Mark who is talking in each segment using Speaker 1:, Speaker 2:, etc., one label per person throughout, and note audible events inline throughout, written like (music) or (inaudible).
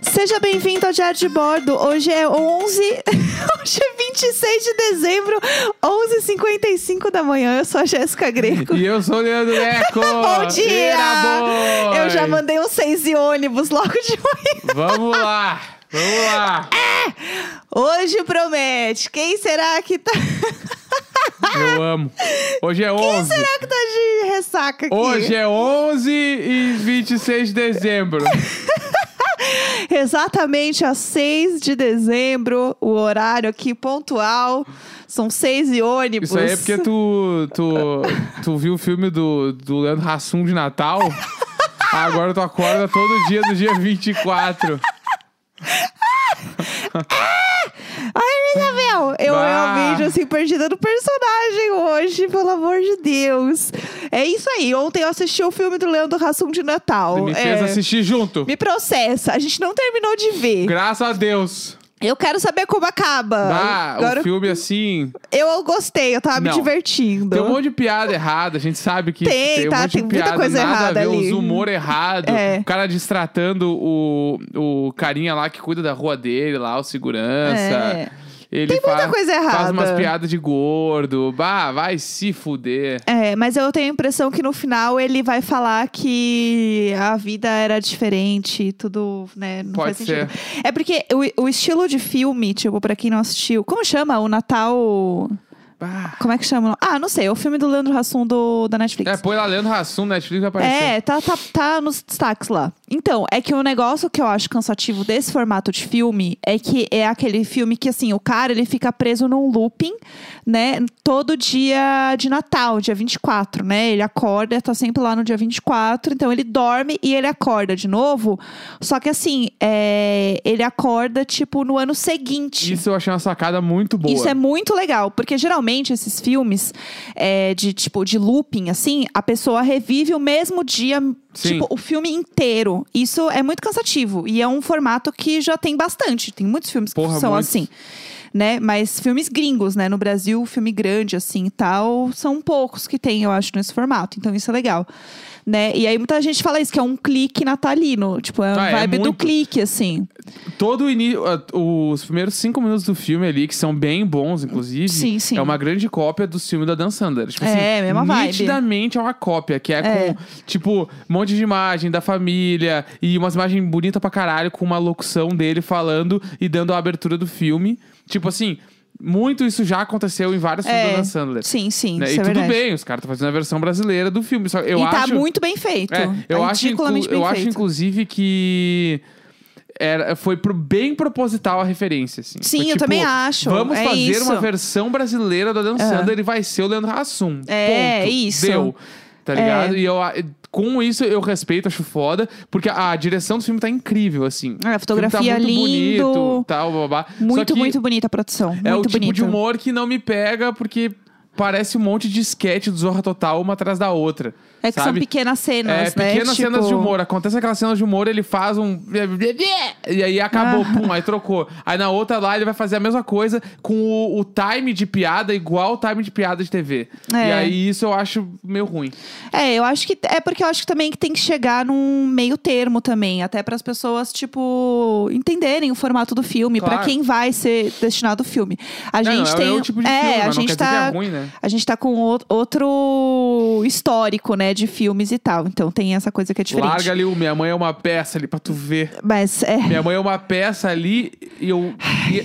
Speaker 1: Seja bem-vindo ao Diário de Bordo. Hoje é 11. (laughs) Hoje é 26 de dezembro, 11h55 da manhã. Eu sou a Jéssica Greco.
Speaker 2: E eu sou o Leandro
Speaker 1: (laughs)
Speaker 2: Neco.
Speaker 1: Bom dia!
Speaker 2: Tira, boy!
Speaker 1: Eu já mandei um seis e ônibus logo de manhã.
Speaker 2: Vamos lá! Vamos lá!
Speaker 1: Hoje promete. Quem será que tá. (laughs)
Speaker 2: Eu amo. Hoje é 11.
Speaker 1: Será que tá de ressaca aqui?
Speaker 2: Hoje é 11 e 26 de dezembro.
Speaker 1: Exatamente às 6 de dezembro, o horário aqui pontual. São seis e ônibus.
Speaker 2: Isso aí é porque tu, tu, tu viu o filme do, do Leandro Hassum de Natal? Agora tu acorda todo dia do dia 24.
Speaker 1: Ai, Isabel, eu
Speaker 2: Bah.
Speaker 1: é um vídeo assim perdida do personagem hoje, pelo amor de Deus. É isso aí. Ontem eu assisti o filme do Leandro Hassum de Natal.
Speaker 2: Me
Speaker 1: É,
Speaker 2: fez assistir junto.
Speaker 1: me processa. A gente não terminou de ver.
Speaker 2: Graças a Deus.
Speaker 1: Eu quero saber como acaba.
Speaker 2: Ah,
Speaker 1: Agora
Speaker 2: o filme assim.
Speaker 1: eu gostei, eu tava me
Speaker 2: Não.
Speaker 1: divertindo.
Speaker 2: Tem um monte de piada errada, a gente sabe que
Speaker 1: Tem,
Speaker 2: um
Speaker 1: tá,
Speaker 2: monte de
Speaker 1: tem muita
Speaker 2: piada,
Speaker 1: coisa
Speaker 2: nada
Speaker 1: errada
Speaker 2: a ver,
Speaker 1: ali.
Speaker 2: os humor errado,
Speaker 1: É.
Speaker 2: o cara distratando o, o carinha lá que cuida da rua dele lá, o segurança.
Speaker 1: É.
Speaker 2: Ele
Speaker 1: Tem muita
Speaker 2: faz,
Speaker 1: coisa
Speaker 2: Faz
Speaker 1: errada.
Speaker 2: umas piadas de gordo, bah, vai se fuder.
Speaker 1: É, mas eu tenho a impressão que no final ele vai falar que a vida era diferente, tudo, né? Não
Speaker 2: Pode
Speaker 1: faz sentido. É porque o, o estilo de filme, tipo, pra quem não assistiu, como chama? O Natal.
Speaker 2: Bah.
Speaker 1: Como é que chama? Ah, não sei, é o filme do Leandro Hassum do, da Netflix.
Speaker 2: É, põe lá Leandro Hassum, Netflix vai aparecer.
Speaker 1: É, tá, tá, tá nos destaques lá. Então, é que o negócio que eu acho cansativo desse formato de filme é que é aquele filme que, assim, o cara ele fica preso num looping, né? Todo dia de Natal, dia 24, né? Ele acorda, tá sempre lá no dia 24, então ele dorme e ele acorda de novo. Só que, assim, é, ele acorda, tipo, no ano seguinte.
Speaker 2: Isso eu achei uma sacada muito boa.
Speaker 1: Isso é muito legal, porque geralmente esses filmes é, de tipo de looping, assim, a pessoa revive o mesmo dia,
Speaker 2: Sim.
Speaker 1: tipo, o filme inteiro. Isso é muito cansativo. E é um formato que já tem bastante. Tem muitos filmes
Speaker 2: Porra,
Speaker 1: que são
Speaker 2: muitos.
Speaker 1: assim. Né? Mas filmes gringos, né? No Brasil, filme grande, assim e tal, são poucos que tem, eu acho, nesse formato. Então isso é legal. Né? E aí muita gente fala isso, que é um clique natalino. Tipo, é a
Speaker 2: Ah, é
Speaker 1: vibe do
Speaker 2: muito.
Speaker 1: clique, assim.
Speaker 2: Todo o início, os primeiros cinco minutos do filme ali, que são bem bons, inclusive.
Speaker 1: Sim, sim.
Speaker 2: É uma grande cópia do filme da Dan Sanders. Tipo
Speaker 1: É,
Speaker 2: assim,
Speaker 1: mesma vibe.
Speaker 2: Nitidamente é uma cópia, que é,
Speaker 1: É.
Speaker 2: com, tipo, um monte de imagem da família e umas imagens bonitas pra caralho, com uma locução dele falando e dando a abertura do filme. Tipo assim, muito isso já aconteceu em vários filmes
Speaker 1: É.
Speaker 2: da Dan Sandler.
Speaker 1: Sim, sim.
Speaker 2: né?
Speaker 1: isso
Speaker 2: E
Speaker 1: é
Speaker 2: tudo
Speaker 1: verdade.
Speaker 2: bem, os caras estão fazendo a versão brasileira do filme. Só eu
Speaker 1: e
Speaker 2: acho...
Speaker 1: tá muito bem feito.
Speaker 2: É, eu
Speaker 1: tá
Speaker 2: acho, inclu-
Speaker 1: ridiculamente bem
Speaker 2: eu acho
Speaker 1: feito.
Speaker 2: inclusive que era, foi pro bem proposital a referência, assim.
Speaker 1: Sim,
Speaker 2: Foi
Speaker 1: eu
Speaker 2: tipo,
Speaker 1: também acho.
Speaker 2: Vamos
Speaker 1: é
Speaker 2: fazer
Speaker 1: isso.
Speaker 2: uma versão brasileira do Adam Sandler e vai ser o Leandro Hassum.
Speaker 1: É,
Speaker 2: Ponto.
Speaker 1: isso.
Speaker 2: Deu. Tá
Speaker 1: É.
Speaker 2: ligado? E eu, a- com isso eu respeito, acho foda, porque a, a direção do filme tá incrível, assim.
Speaker 1: É, a
Speaker 2: O filme
Speaker 1: fotografia é
Speaker 2: tá muito
Speaker 1: lindo.
Speaker 2: bonito, tal, blá, blá, blá. Só
Speaker 1: Muito,
Speaker 2: que
Speaker 1: muito bonita a produção.
Speaker 2: É o
Speaker 1: muito
Speaker 2: tipo
Speaker 1: bonita.
Speaker 2: de humor que não me pega, porque parece um monte de sketch do Zorra Total uma atrás da outra.
Speaker 1: É que são
Speaker 2: sabe?
Speaker 1: pequenas cenas,
Speaker 2: É,
Speaker 1: né?
Speaker 2: pequenas
Speaker 1: Tipo,
Speaker 2: cenas de humor. Acontece aquela cena de humor, ele faz um. E aí acabou,
Speaker 1: Ah.
Speaker 2: pum, aí trocou. Aí na outra lá ele vai fazer a mesma coisa com o, o time de piada igual o time de piada de TV.
Speaker 1: É.
Speaker 2: E aí isso eu acho meio ruim.
Speaker 1: É, eu acho que. É porque eu acho que também que tem que chegar num meio termo também. Até para as pessoas, tipo, entenderem o formato do filme, pra
Speaker 2: Claro.
Speaker 1: quem vai ser destinado o filme. A
Speaker 2: Não,
Speaker 1: gente
Speaker 2: não,
Speaker 1: tem.
Speaker 2: é o tipo de
Speaker 1: é,
Speaker 2: filme,
Speaker 1: a
Speaker 2: mas não
Speaker 1: gente
Speaker 2: quer
Speaker 1: tá.
Speaker 2: dizer que é ruim, né?
Speaker 1: A gente tá com o- outro histórico, né, de filmes e tal. Então tem essa coisa que é diferente.
Speaker 2: Larga ali o Minha Mãe é uma peça ali pra tu ver.
Speaker 1: Mas é.
Speaker 2: Minha mãe é uma peça ali e eu.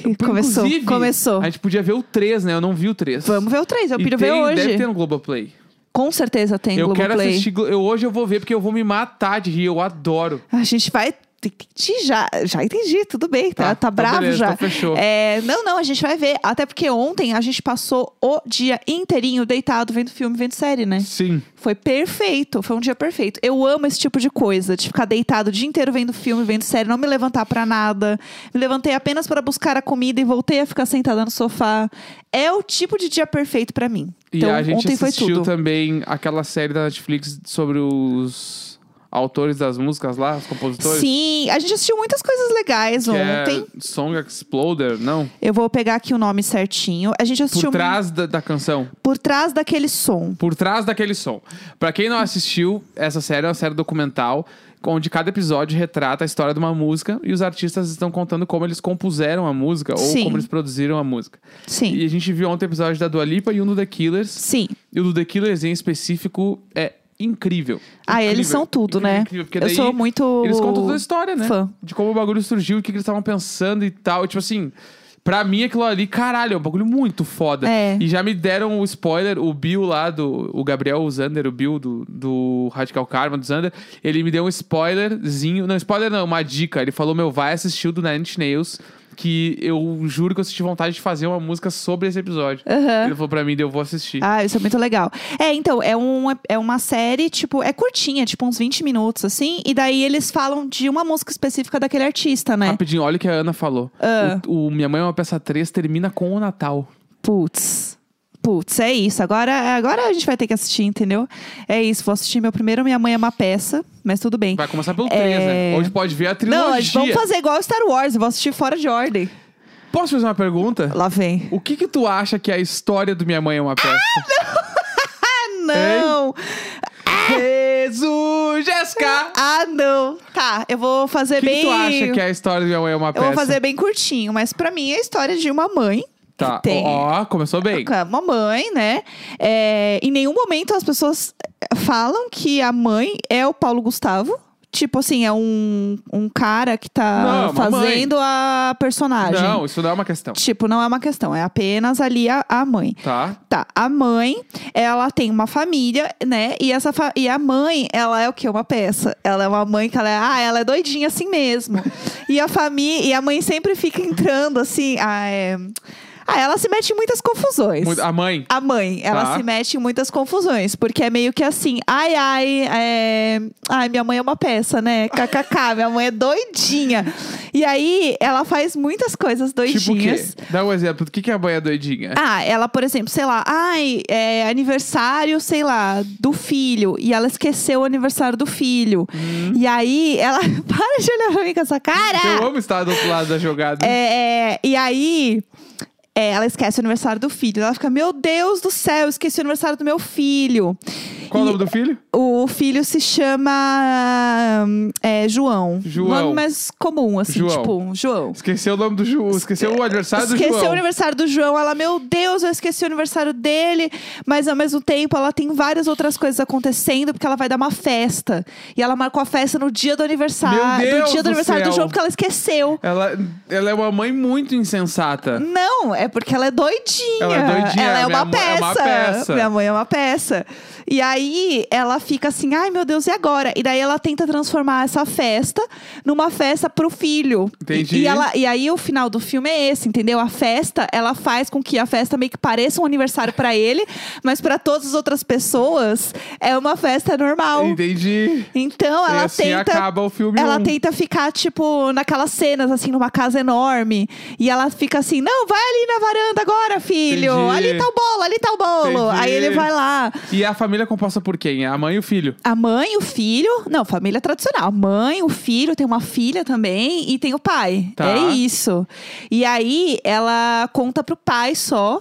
Speaker 2: e-
Speaker 1: Começou,
Speaker 2: inclusive,
Speaker 1: começou.
Speaker 2: A gente podia ver o 3, né? Eu não vi o 3.
Speaker 1: Vamos ver o 3, eu
Speaker 2: e
Speaker 1: piro
Speaker 2: tem,
Speaker 1: ver hoje.
Speaker 2: Deve ter no Globoplay.
Speaker 1: Com certeza tem
Speaker 2: eu
Speaker 1: Globoplay.
Speaker 2: quero assistir. Glo- Eu, hoje eu vou ver porque eu vou me matar de rir. Eu adoro.
Speaker 1: A gente vai. Entendi, já, já entendi, tudo bem, tá, tá,
Speaker 2: Tá, tá
Speaker 1: bravo
Speaker 2: beleza,
Speaker 1: já.
Speaker 2: então fechou.
Speaker 1: É, não, não, a gente vai ver. Até porque ontem a gente passou o dia inteirinho deitado vendo filme, vendo série, né?
Speaker 2: Sim.
Speaker 1: Foi perfeito, foi um dia perfeito. Eu amo esse tipo de coisa, de ficar deitado o dia inteiro vendo filme, vendo série, não me levantar pra nada. Me levantei apenas para buscar a comida e voltei a ficar sentada no sofá. É o tipo de dia perfeito pra mim.
Speaker 2: E
Speaker 1: então,
Speaker 2: a gente
Speaker 1: ontem foi
Speaker 2: assistiu
Speaker 1: tudo.
Speaker 2: também aquela série da Netflix sobre os autores das músicas lá, os compositores.
Speaker 1: Sim, a gente assistiu muitas coisas legais
Speaker 2: que é
Speaker 1: ontem.
Speaker 2: Song Exploder, não?
Speaker 1: Eu vou pegar aqui o nome certinho. A gente
Speaker 2: Por
Speaker 1: assistiu
Speaker 2: trás da, da canção.
Speaker 1: por trás daquele som.
Speaker 2: Por trás daquele som. Pra quem não assistiu, essa série é uma série documental onde cada episódio retrata a história de uma música e os artistas estão contando como eles compuseram a música ou
Speaker 1: Sim.
Speaker 2: como eles produziram a música.
Speaker 1: Sim.
Speaker 2: E a gente viu ontem o episódio da Dua Lipa e um do The Killers.
Speaker 1: Sim.
Speaker 2: E o do The Killers em específico é incrível.
Speaker 1: Ah,
Speaker 2: Incrível.
Speaker 1: eles são tudo,
Speaker 2: Incrível,
Speaker 1: né?
Speaker 2: incrível, porque
Speaker 1: eu
Speaker 2: daí
Speaker 1: sou muito.
Speaker 2: Eles contam toda a história, né?
Speaker 1: fã.
Speaker 2: De como o bagulho surgiu, o que, que eles estavam pensando e tal. E, tipo assim, pra mim aquilo ali, caralho, é um bagulho muito foda.
Speaker 1: É.
Speaker 2: E já me deram o spoiler, o Bill lá do. O Gabriel Zander, o Bill do, do Radical Karma, do Zander, ele me deu um spoilerzinho. Não, spoiler não, uma dica. Ele falou: meu, vai assistir o do Nine Inch Nails. Que eu juro que eu senti vontade de fazer uma música sobre esse episódio.
Speaker 1: Aham.
Speaker 2: Ele falou pra mim, daí eu vou assistir.
Speaker 1: Ah, isso é muito legal. É, então, é, um, é uma série, tipo, é curtinha, tipo uns 20 minutos, assim. E daí eles falam de uma música específica daquele artista, né?
Speaker 2: Rapidinho, olha o que a Ana falou.
Speaker 1: Ah.
Speaker 2: O, o Minha Mãe é uma Peça 3 termina com o Natal.
Speaker 1: Putz. Putz, é isso. Agora, agora a gente vai ter que assistir, entendeu? É isso, vou assistir meu primeiro Minha Mãe é uma Peça, mas tudo bem.
Speaker 2: Vai começar pelo
Speaker 1: É.
Speaker 2: 3, né? Hoje pode ver a trilogia.
Speaker 1: Não, a gente- vamos fazer igual Star Wars, eu vou assistir fora de ordem.
Speaker 2: Posso fazer uma pergunta?
Speaker 1: Lá vem.
Speaker 2: O que que tu acha que é a história do Minha Mãe é uma peça?
Speaker 1: Ah, não!
Speaker 2: Jesus, Jéssica!
Speaker 1: Ah, não! Tá, eu vou fazer
Speaker 2: O que,
Speaker 1: bem.
Speaker 2: que tu acha que a história do Minha Mãe é uma
Speaker 1: Eu
Speaker 2: peça?
Speaker 1: vou fazer bem curtinho, mas pra mim é a história de uma mãe.
Speaker 2: Tá,
Speaker 1: que tem
Speaker 2: ó, começou bem.
Speaker 1: com uma mãe, né? É, em nenhum momento as pessoas falam que a mãe é o Paulo Gustavo. Tipo assim, é um, um cara que tá
Speaker 2: Não, é uma mãe.
Speaker 1: fazendo a personagem.
Speaker 2: Não, isso não é uma questão.
Speaker 1: Tipo, não é uma questão, é apenas ali a, a mãe.
Speaker 2: Tá?
Speaker 1: Tá, a mãe, ela tem uma família, né? E, essa fa- e a mãe, ela é o quê? Uma peça. Ela é uma mãe que ela é, ah, ela é doidinha assim mesmo. e a família, e a mãe sempre fica entrando assim, ah, é... ah, ela se mete em muitas confusões.
Speaker 2: Muito- A mãe.
Speaker 1: A mãe, ela
Speaker 2: Tá.
Speaker 1: se mete em muitas confusões, porque é meio que assim, ai, ai, é... ai, minha mãe é uma peça, né? KKK, minha mãe é doidinha. E aí, ela faz muitas coisas
Speaker 2: Tipo o quê?
Speaker 1: doidinhas.
Speaker 2: Dá um exemplo. Do que que a mãe é doidinha?
Speaker 1: Ah, ela, por exemplo, sei lá, ai, é aniversário, sei lá, do filho. E ela esqueceu o aniversário do filho. E aí, ela. (laughs) Para de olhar pra mim com essa cara!
Speaker 2: Hum. Eu amo estar do outro lado da jogada.
Speaker 1: É, é, e aí. é, ela esquece o aniversário do filho. Ela fica, meu Deus do céu, eu esqueci o aniversário do meu filho. É,
Speaker 2: Qual é
Speaker 1: e-
Speaker 2: o nome do filho?
Speaker 1: O filho se chama hum, é, João.
Speaker 2: João.
Speaker 1: Nome mais comum, assim,
Speaker 2: João.
Speaker 1: tipo, João.
Speaker 2: Esqueceu o nome do Ju. Esqueceu o aniversário do
Speaker 1: esqueceu
Speaker 2: João.
Speaker 1: o aniversário do João. Ela, meu Deus, eu esqueci o aniversário dele. Mas ao mesmo tempo, ela tem várias outras coisas acontecendo, porque ela vai dar uma festa. E ela marcou a festa no dia do aniversário.
Speaker 2: Meu Deus
Speaker 1: do dia do,
Speaker 2: do
Speaker 1: aniversário
Speaker 2: céu.
Speaker 1: do João, porque ela esqueceu.
Speaker 2: Ela, ela é uma mãe muito insensata.
Speaker 1: Não, é porque ela é doidinha.
Speaker 2: Ela é doidinha,
Speaker 1: Ela é
Speaker 2: minha
Speaker 1: uma,
Speaker 2: mãe
Speaker 1: peça.
Speaker 2: é uma peça.
Speaker 1: Minha mãe é uma peça. E aí ela fica assim, ai meu Deus, e agora? E daí ela tenta transformar essa festa numa festa pro filho.
Speaker 2: Entendi.
Speaker 1: E, e ela- e aí o final do filme é esse, entendeu? A festa, ela faz com que a festa meio que pareça um aniversário pra ele, mas pra todas as outras pessoas é uma festa normal.
Speaker 2: Entendi.
Speaker 1: Então
Speaker 2: e
Speaker 1: ela
Speaker 2: assim
Speaker 1: tenta
Speaker 2: acaba o filme
Speaker 1: ela
Speaker 2: um.
Speaker 1: tenta ficar, tipo, naquelas cenas, assim, numa casa enorme. E ela fica assim, não, vai ali na varanda agora, filho.
Speaker 2: Entendi.
Speaker 1: Ali tá o bolo, ali tá o bolo.
Speaker 2: Entendi.
Speaker 1: Aí ele vai lá.
Speaker 2: E a família é composta por quem? A mãe e o filho.
Speaker 1: A mãe, o filho. Não, família tradicional. A mãe, o filho, tem uma filha também e tem o pai.
Speaker 2: Tá.
Speaker 1: É isso. E aí ela conta pro pai só.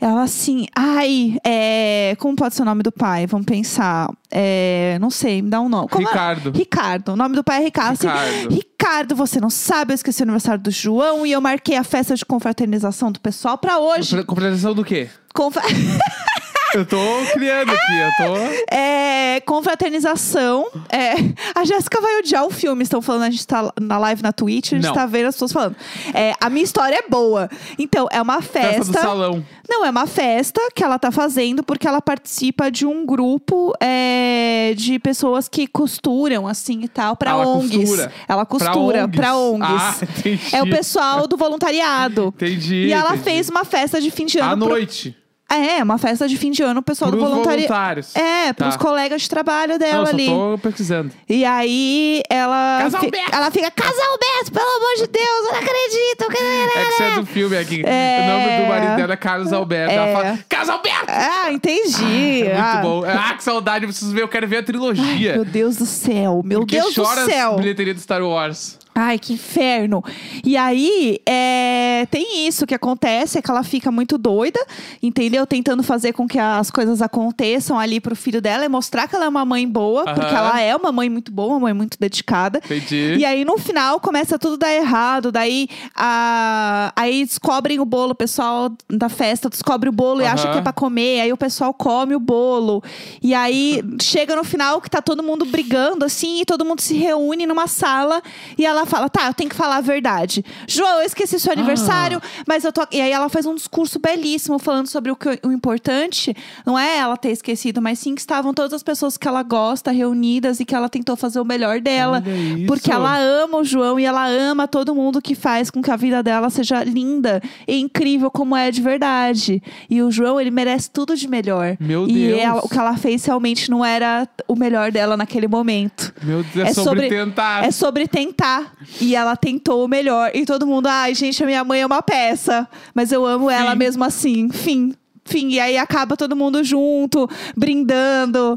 Speaker 1: Ela assim, ai, é, como pode ser o nome do pai? Vamos pensar. É, não sei, me dá um nome. Como é?
Speaker 2: Ricardo.
Speaker 1: Ricardo. O nome do pai é Ricardo. Assim,
Speaker 2: Ricardo.
Speaker 1: Ricardo, você não sabe, eu esqueci o aniversário do João e eu marquei a festa de confraternização do pessoal pra hoje.
Speaker 2: Compre- Compreensão do quê?
Speaker 1: Confra- (laughs)
Speaker 2: Eu tô criando aqui, eu tô.
Speaker 1: É, confraternização. É, a Jéssica vai odiar o filme. Estão falando, a gente tá na live na Twitch, a gente
Speaker 2: Não.
Speaker 1: tá vendo as pessoas falando. É, a minha história é boa. Então, é uma
Speaker 2: Festa do salão.
Speaker 1: não, é uma festa que ela tá fazendo porque ela participa de um grupo é, de pessoas que costuram, assim e tal, pra
Speaker 2: Ela
Speaker 1: ONGs.
Speaker 2: costura?
Speaker 1: Ela costura pra ONGs.
Speaker 2: Ah, entendi.
Speaker 1: É o pessoal do voluntariado.
Speaker 2: Entendi.
Speaker 1: E ela
Speaker 2: entendi.
Speaker 1: fez uma festa de fim de ano.
Speaker 2: À
Speaker 1: pro-
Speaker 2: noite.
Speaker 1: É, uma festa de fim de ano, o pessoal
Speaker 2: Pros
Speaker 1: do voluntariado.
Speaker 2: voluntários.
Speaker 1: É, pros
Speaker 2: Tá.
Speaker 1: colegas de trabalho dela
Speaker 2: Não,
Speaker 1: ali.
Speaker 2: só tô pesquisando.
Speaker 1: E aí ela.
Speaker 2: Casal
Speaker 1: fi-
Speaker 2: Beto!
Speaker 1: Ela fica, Casal Beto, pelo amor de Deus, eu não acredito. que-
Speaker 2: É que isso é do filme aqui.
Speaker 1: É.
Speaker 2: O nome do marido dela é Carlos Alberto. Ela
Speaker 1: É.
Speaker 2: fala, Carlos Alberto!
Speaker 1: Ah, entendi.
Speaker 2: Muito
Speaker 1: Ah,
Speaker 2: bom. Ah, que saudade, eu preciso ver, eu quero ver a trilogia.
Speaker 1: Meu Deus do céu, meu
Speaker 2: Porque
Speaker 1: Deus do
Speaker 2: chora
Speaker 1: céu.
Speaker 2: as bilheteria do Star Wars.
Speaker 1: Ai, que inferno. E aí, é, tem isso que acontece, é que ela fica muito doida, entendeu? Tentando fazer com que as coisas aconteçam ali pro filho dela e mostrar que ela é uma mãe boa,
Speaker 2: Aham.
Speaker 1: porque ela é uma mãe muito boa, uma mãe muito dedicada.
Speaker 2: Entendi.
Speaker 1: E aí, no final, começa tudo a dar errado. Daí, a... aí descobrem o bolo, o pessoal da festa descobre o bolo e
Speaker 2: Aham.
Speaker 1: acha que é pra comer. Aí o pessoal come o bolo. E aí, chega no final que tá todo mundo brigando, assim, e todo mundo se reúne numa sala. E ela fala, tá, eu tenho que falar a verdade. João, eu esqueci
Speaker 2: Ah.
Speaker 1: seu aniversário, mas eu tô... E aí, ela faz um discurso belíssimo, falando sobre o, que, o importante. Não é ela ter esquecido, mas sim que estavam todas as pessoas que ela gosta reunidas e que ela tentou fazer o melhor dela.
Speaker 2: Olha isso.
Speaker 1: Porque ela ama o João e ela ama todo mundo que faz com que a vida dela seja linda e incrível como é de verdade. E o João, ele merece tudo de melhor.
Speaker 2: Meu
Speaker 1: e
Speaker 2: Deus.
Speaker 1: ela- o que ela fez realmente não era o melhor dela naquele momento.
Speaker 2: Meu Deus, é,
Speaker 1: é
Speaker 2: sobre,
Speaker 1: sobre-
Speaker 2: tentar.
Speaker 1: É sobre tentar. E ela tentou o melhor. E todo mundo, ai, gente, a minha mãe é uma peça. Mas eu amo ela
Speaker 2: Fim.
Speaker 1: mesmo assim. Fim. Fim. E aí acaba todo mundo junto, brindando,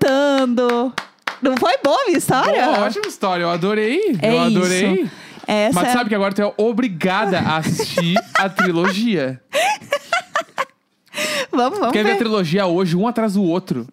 Speaker 1: cantando. Não foi boa a minha história?
Speaker 2: Pô, ótima história, eu adorei.
Speaker 1: É
Speaker 2: eu adorei.
Speaker 1: isso. Essa
Speaker 2: Mas
Speaker 1: é-
Speaker 2: sabe que agora tu é obrigada a assistir a trilogia.
Speaker 1: Vamos, (laughs) vamos
Speaker 2: Quer ver a
Speaker 1: ver.
Speaker 2: trilogia hoje, um atrás do outro.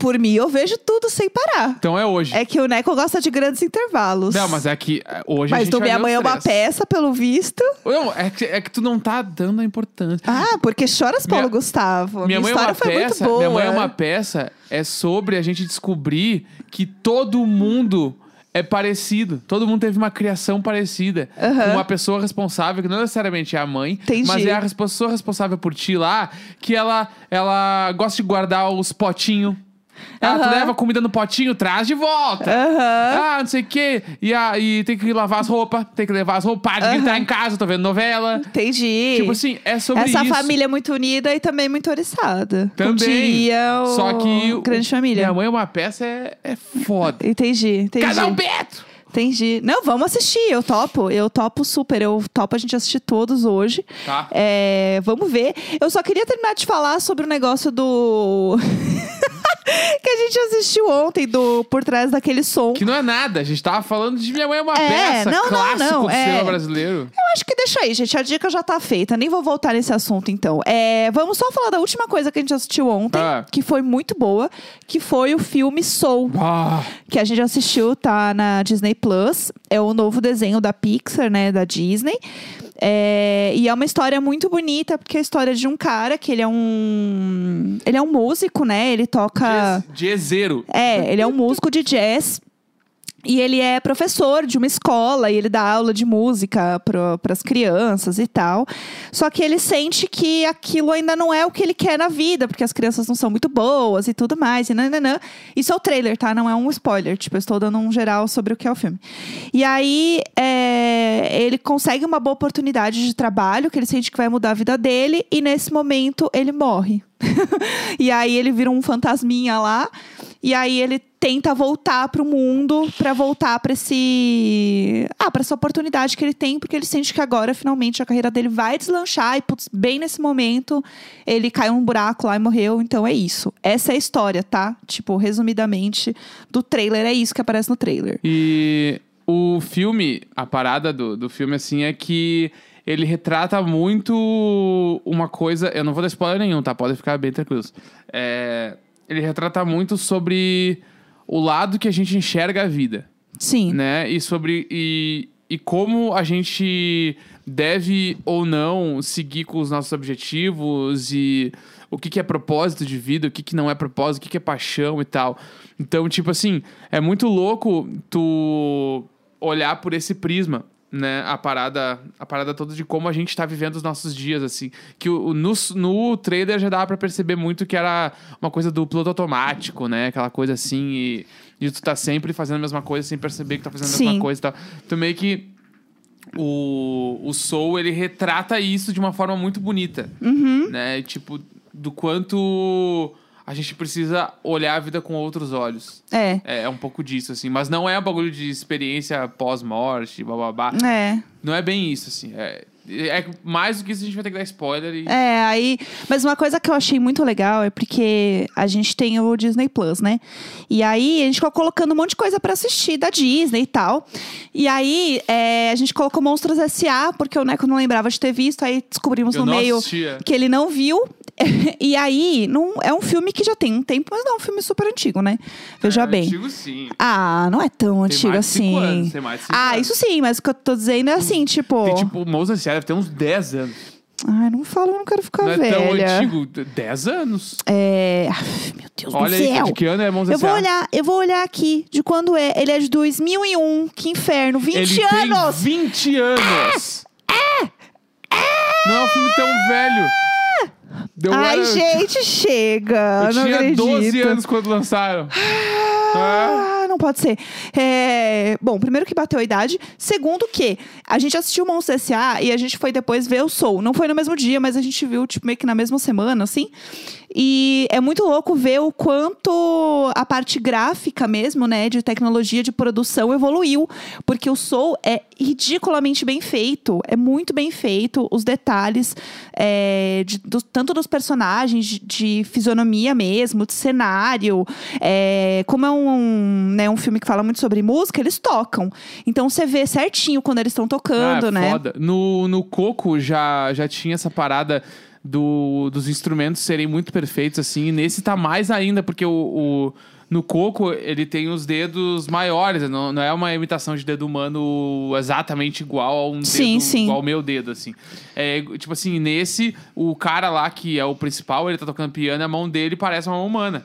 Speaker 1: Por mim, eu vejo tudo sem parar.
Speaker 2: Então é hoje.
Speaker 1: É que o Neco gosta de grandes intervalos.
Speaker 2: Não, mas é que é, hoje a
Speaker 1: Mas
Speaker 2: gente
Speaker 1: do
Speaker 2: vai
Speaker 1: Minha
Speaker 2: ver
Speaker 1: Mãe é
Speaker 2: os
Speaker 1: uma
Speaker 2: três.
Speaker 1: peça, pelo visto.
Speaker 2: Não, é que, é que tu não tá dando a importância.
Speaker 1: Ah, porque choras, Paulo
Speaker 2: Minha-
Speaker 1: Gustavo.
Speaker 2: Minha mãe, é
Speaker 1: história
Speaker 2: uma
Speaker 1: foi muito
Speaker 2: peça,
Speaker 1: boa.
Speaker 2: minha mãe é uma peça é sobre a gente descobrir que todo mundo é parecido. Todo mundo teve uma criação parecida.
Speaker 1: Aham.
Speaker 2: Uma pessoa responsável, que não necessariamente é a mãe,
Speaker 1: Entendi.
Speaker 2: mas é a res- pessoa responsável por ti lá, que ela, ela gosta de guardar os potinhos. Ela tu
Speaker 1: Aham.
Speaker 2: leva comida no potinho, traz de volta.
Speaker 1: Aham.
Speaker 2: Ah, não sei o quê. E, a, e tem que lavar as roupas, tem que levar as roupas, para de gritar em casa, tô vendo novela.
Speaker 1: Entendi.
Speaker 2: Tipo assim, é sobre
Speaker 1: Essa
Speaker 2: isso.
Speaker 1: família é muito unida e também muito oriçada. Como
Speaker 2: Também.
Speaker 1: diria o...
Speaker 2: Só que. o-
Speaker 1: Grande Família.
Speaker 2: Minha mãe um é uma peça, é, é foda.
Speaker 1: Entendi, entendi.
Speaker 2: Casal Beto!
Speaker 1: Entendi. Não, vamos assistir, eu topo. Eu topo super. Eu topo a gente assistir todos hoje.
Speaker 2: Tá.
Speaker 1: É, vamos ver. Eu só queria terminar de falar sobre o negócio do. (laughs) que a gente assistiu ontem, do Por Trás daquele Som.
Speaker 2: Que não é nada, a gente tava falando de Minha Mãe é uma
Speaker 1: É,
Speaker 2: peça,
Speaker 1: não, não,
Speaker 2: clássico
Speaker 1: não,
Speaker 2: do
Speaker 1: é.
Speaker 2: cinema brasileiro.
Speaker 1: Eu acho que deixa aí, gente. A dica já tá feita. Nem vou voltar nesse assunto, então. É, vamos só falar da última coisa que a gente assistiu ontem,
Speaker 2: Ah.
Speaker 1: que foi muito boa, que foi o filme Soul.
Speaker 2: Ah,
Speaker 1: que a gente assistiu, tá na Disney Plus. É o novo desenho da Pixar, né? Da Disney. É, e é uma história muito bonita, porque é a história de um cara que ele é um. Ele é um músico, né? Ele toca.
Speaker 2: jazz- Jazzeiro.
Speaker 1: É, ele é um músico de jazz. E ele é professor de uma escola e ele dá aula de música para as crianças e tal. Só que ele sente que aquilo ainda não é o que ele quer na vida, porque as crianças não são muito boas e tudo mais. E nananã. Isso é o trailer, tá? Não é um spoiler. Tipo, eu estou dando um geral sobre o que é o filme. E aí é, ele consegue uma boa oportunidade de trabalho, que ele sente que vai mudar a vida dele, e nesse momento ele morre. e aí ele vira um fantasminha lá. E aí ele tenta voltar pro mundo pra voltar pra esse ah, para essa oportunidade que ele tem, porque ele sente que agora finalmente a carreira dele vai deslanchar e putz, bem nesse momento ele caiu num buraco lá e morreu, então é isso. Essa é a história, tá? Tipo, resumidamente do trailer é isso que aparece no trailer.
Speaker 2: E o filme, a parada do, do filme, assim, é que ele retrata muito uma coisa. Eu não vou dar spoiler nenhum, tá? Podem ficar bem tranquilos. É, ele retrata muito sobre o lado que a gente enxerga a vida.
Speaker 1: Sim.
Speaker 2: né? E sobre e, e como a gente deve ou não seguir com os nossos objetivos e o que, que é propósito de vida, o que, que não é propósito, o que, que é paixão e tal. Então, tipo assim, é muito louco tu olhar por esse prisma, né? A parada, a parada toda de como a gente tá vivendo os nossos dias, assim. Que o, o- no, no trailer já dava pra perceber muito que era uma coisa do piloto automático, né? Aquela coisa assim e, e tu tá sempre fazendo a mesma coisa sem perceber que tá fazendo a mesma
Speaker 1: Sim.
Speaker 2: coisa e tal. Tu meio que... O, o Soul, ele retrata isso de uma forma muito bonita, né? Tipo, do quanto a gente precisa olhar a vida com outros olhos.
Speaker 1: É.
Speaker 2: É, é um pouco disso, assim. Mas não é um bagulho de experiência pós-morte, bababá.
Speaker 1: É.
Speaker 2: Não é bem isso, assim. É, É, que mais do que isso, a gente vai ter que dar spoiler. E...
Speaker 1: É, aí. Mas uma coisa que eu achei muito legal é porque a gente tem o Disney Plus, né? E aí a gente ficou colocando um monte de coisa pra assistir da Disney e tal. E aí é, a gente colocou Monstros S.A., porque o Neco não lembrava de ter visto, aí descobrimos
Speaker 2: Eu
Speaker 1: no
Speaker 2: não
Speaker 1: meio
Speaker 2: assistia.
Speaker 1: que ele não viu. (laughs) e aí, não, é um filme que já tem um tempo, mas não é um filme super antigo, né? Veja
Speaker 2: É,
Speaker 1: bem.
Speaker 2: Antigo sim.
Speaker 1: Ah, não é tão antigo
Speaker 2: mais de
Speaker 1: assim.
Speaker 2: cinco anos, tem mais de cinco
Speaker 1: ah,
Speaker 2: anos.
Speaker 1: isso sim, mas o que eu tô dizendo é assim, tipo.
Speaker 2: Tem tipo, Mousa Sierra deve ter uns 10 anos.
Speaker 1: Ai, não falo, eu não quero ficar
Speaker 2: Não é
Speaker 1: velha.
Speaker 2: tão antigo. 10 anos.
Speaker 1: É. Aff, meu Deus
Speaker 2: Olha
Speaker 1: do
Speaker 2: aí,
Speaker 1: céu.
Speaker 2: de que ano é Mousa
Speaker 1: Eu vou
Speaker 2: Sierra?
Speaker 1: olhar, eu vou olhar aqui de quando é. Ele é de 2001, que inferno, 20
Speaker 2: Ele
Speaker 1: anos. É,
Speaker 2: tem 20 anos. Não é um filme tão velho. Deu
Speaker 1: Ai,
Speaker 2: era,
Speaker 1: gente, chega.
Speaker 2: Eu
Speaker 1: não
Speaker 2: tinha
Speaker 1: acredito.
Speaker 2: 12 anos quando lançaram. Ah.
Speaker 1: Ah, não pode ser. É, Bom, primeiro que bateu a idade. Segundo que a gente assistiu o Monstro S.A. e a gente foi depois ver o Soul. Não foi no mesmo dia, mas a gente viu tipo, meio que na mesma semana, assim. E é muito louco ver o quanto a parte gráfica mesmo, né? De tecnologia, de produção evoluiu. Porque o Soul é ridiculamente bem feito. É muito bem feito. Os detalhes, é, de- do- tanto dos personagens, de, de fisionomia mesmo, de cenário. É, como é um, né, um filme que fala muito sobre música, eles tocam. Então você vê certinho quando eles estão tocando,
Speaker 2: Ah,
Speaker 1: né?
Speaker 2: Foda. No, no Coco já, já tinha essa parada do, dos instrumentos serem muito perfeitos, assim. E nesse tá mais ainda, porque o, o- no Coco ele tem os dedos maiores. Não, não é uma imitação de dedo humano exatamente igual a um
Speaker 1: Sim,
Speaker 2: dedo
Speaker 1: sim.
Speaker 2: igual ao meu dedo, assim. É, tipo assim, nesse, o cara lá que é o principal, ele tá tocando piano, a mão dele parece uma mão humana.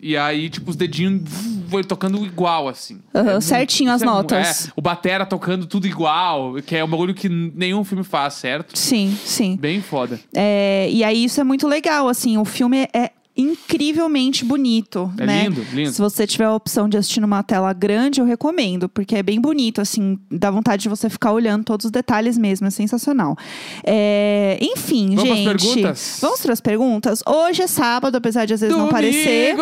Speaker 2: E aí, tipo, os dedinhos vum, ele tocando igual, assim.
Speaker 1: Aham,
Speaker 2: muito-
Speaker 1: certinho as
Speaker 2: isso é mu-
Speaker 1: notas.
Speaker 2: é, o Batera tocando tudo igual, que é um bagulho que n- nenhum filme faz, certo?
Speaker 1: Sim, sim.
Speaker 2: Bem foda.
Speaker 1: É, e aí isso é muito legal, assim, o filme é incrivelmente bonito,
Speaker 2: É
Speaker 1: né?
Speaker 2: lindo, lindo.
Speaker 1: Se você tiver a opção de assistir numa tela grande, eu recomendo, porque é bem bonito, assim, dá vontade de você ficar olhando todos os detalhes mesmo, é sensacional. É, enfim,
Speaker 2: Vamos
Speaker 1: gente.
Speaker 2: pras perguntas?
Speaker 1: Vamos para as perguntas? Hoje é sábado, apesar de às vezes não
Speaker 2: Domingo!
Speaker 1: parecer.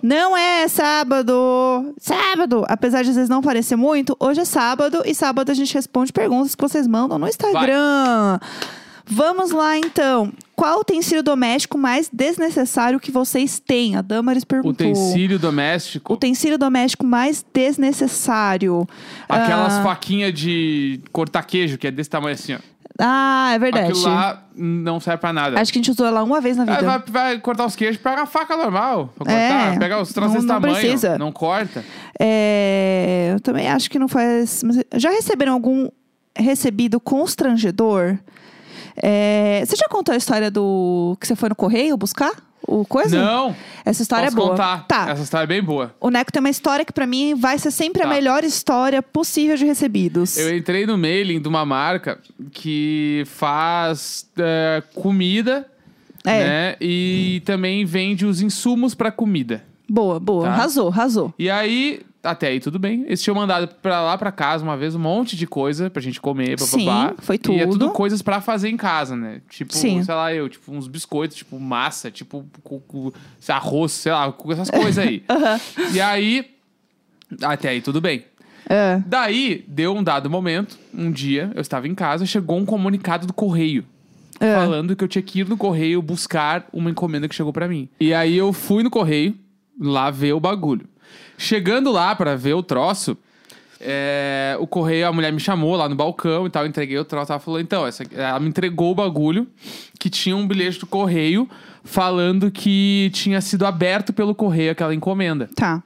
Speaker 1: Não é sábado! Sábado! Apesar de às vezes não parecer muito, hoje é sábado e sábado a gente responde perguntas que vocês mandam no Instagram. Vamos lá então. Qual utensílio doméstico mais desnecessário que vocês têm? A Damaris perguntou.
Speaker 2: Utensílio doméstico.
Speaker 1: Utensílio doméstico mais desnecessário.
Speaker 2: Aquelas faquinhas de cortar queijo, que é desse tamanho assim, ó.
Speaker 1: Ah, é verdade.
Speaker 2: Aquilo lá não serve pra nada.
Speaker 1: Acho que a gente usou ela uma vez na
Speaker 2: Ah,
Speaker 1: vida.
Speaker 2: vai, vai cortar os queijos, pega a faca normal. Pra cortar,
Speaker 1: É,
Speaker 2: pega os troços
Speaker 1: não-
Speaker 2: desse
Speaker 1: não
Speaker 2: tamanho.
Speaker 1: precisa.
Speaker 2: Não corta.
Speaker 1: É, eu também acho que não faz. mas Já receberam algum recebido constrangedor? É, você já contou a história do que você foi no correio buscar o coisa?
Speaker 2: Não.
Speaker 1: Essa assim, história
Speaker 2: Posso
Speaker 1: é boa.
Speaker 2: contar.
Speaker 1: Tá.
Speaker 2: Essa história é bem boa.
Speaker 1: O Neco tem uma história que pra mim vai ser sempre
Speaker 2: Tá.
Speaker 1: a melhor história possível de recebidos.
Speaker 2: Eu entrei no mailing de uma marca que faz é, comida,
Speaker 1: É.
Speaker 2: né? E também vende os insumos pra comida.
Speaker 1: Boa, boa.
Speaker 2: Tá.
Speaker 1: Arrasou, arrasou.
Speaker 2: E aí, até aí tudo bem. Eles tinham mandado pra lá pra casa uma vez um monte de coisa pra gente comer,
Speaker 1: Sim,
Speaker 2: babá.
Speaker 1: foi
Speaker 2: E é tudo
Speaker 1: tudo.
Speaker 2: coisas pra fazer em casa, né? Tipo,
Speaker 1: Sim.
Speaker 2: sei lá, eu, tipo uns biscoitos, tipo massa, tipo cu- cu- arroz, sei lá, cu- essas coisas
Speaker 1: (laughs)
Speaker 2: aí. E aí, até aí tudo bem.
Speaker 1: É.
Speaker 2: Daí, deu um dado momento, um dia, eu estava em casa, chegou um comunicado do correio.
Speaker 1: É.
Speaker 2: Falando que eu tinha que ir no correio buscar uma encomenda que chegou pra mim. E aí eu fui no correio, lá ver o bagulho. Chegando lá pra ver o troço, é, o correio, a mulher me chamou lá no balcão e tal, eu entreguei o troço. Ela falou: então, essa, ela me entregou o bagulho que tinha um bilhete do correio falando que tinha sido aberto pelo correio aquela encomenda.
Speaker 1: Tá.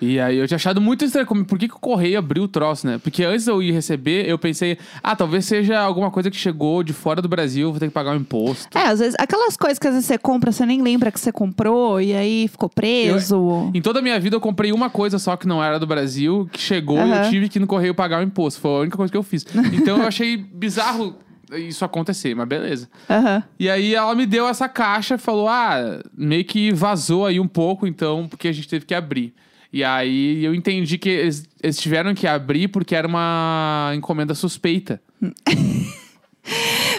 Speaker 2: E aí eu tinha achado muito estranho. como- Por que, que o correio abriu o troço, né? Porque antes de eu ir receber, eu pensei, ah, talvez seja alguma coisa que chegou de fora do Brasil, vou ter que pagar um imposto.
Speaker 1: É, às vezes, aquelas coisas que às vezes você compra, você nem lembra que você comprou e aí ficou preso.
Speaker 2: Em toda a minha vida eu comprei uma coisa só que não era do Brasil, que chegou e eu
Speaker 1: Aham.
Speaker 2: tive que ir no correio pagar o imposto. Foi a única coisa que eu fiz. Então eu achei bizarro isso acontecer, mas beleza.
Speaker 1: Aham.
Speaker 2: E aí ela me deu essa caixa e falou: ah, meio que vazou aí um pouco, então, porque a gente teve que abrir. E aí eu entendi que eles, eles tiveram que abrir porque era uma encomenda suspeita.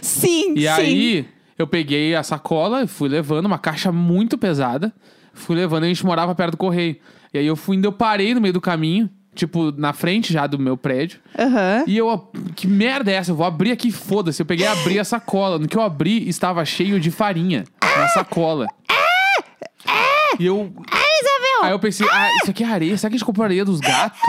Speaker 1: Sim,
Speaker 2: E
Speaker 1: sim.
Speaker 2: aí eu peguei a sacola e fui levando, uma caixa muito pesada. Fui levando, a gente morava perto do correio. E aí eu fui indo, eu parei no meio do caminho. tipo, na frente já do meu prédio.
Speaker 1: Aham.
Speaker 2: E eu, que merda é essa? Eu vou abrir aqui, foda-se. Eu peguei e abri a sacola. No que eu abri, estava cheio de farinha na sacola. E eu. Aí
Speaker 1: Isabel!
Speaker 2: eu pensei, ah, isso aqui é areia. Será que a gente comprou areia dos gatos?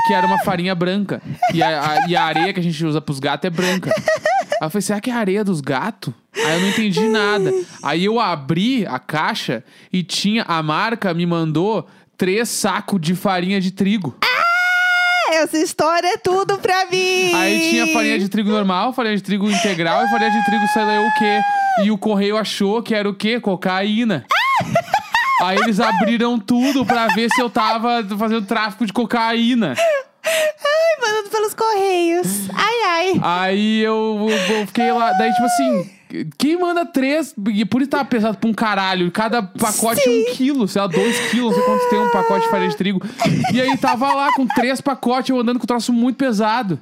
Speaker 2: Porque era uma farinha branca. E a, a- e a areia que a gente usa pros gatos é branca. Aí eu falei, será que é areia dos gatos? Aí eu não entendi nada. Aí eu abri a caixa e tinha. A marca me mandou três sacos de farinha de trigo.
Speaker 1: Essa história é tudo pra mim!
Speaker 2: Aí tinha farinha de trigo normal, farinha de trigo integral e farinha de trigo sei lá o quê. E o correio achou que era o
Speaker 1: (laughs)
Speaker 2: quê? Cocaína. Aí eles abriram tudo pra ver se eu tava fazendo tráfico de cocaína.
Speaker 1: Ai, mandando pelos correios. Ai, ai.
Speaker 2: Aí eu, eu- eu fiquei lá, daí tipo assim, quem manda três? E por isso tava pesado pra um caralho, cada pacote
Speaker 1: Sim.
Speaker 2: um quilo, sei lá, dois quilos, não sei quanto tem um pacote de farinha de trigo. E aí tava lá com três pacotes, eu andando com um troço muito pesado.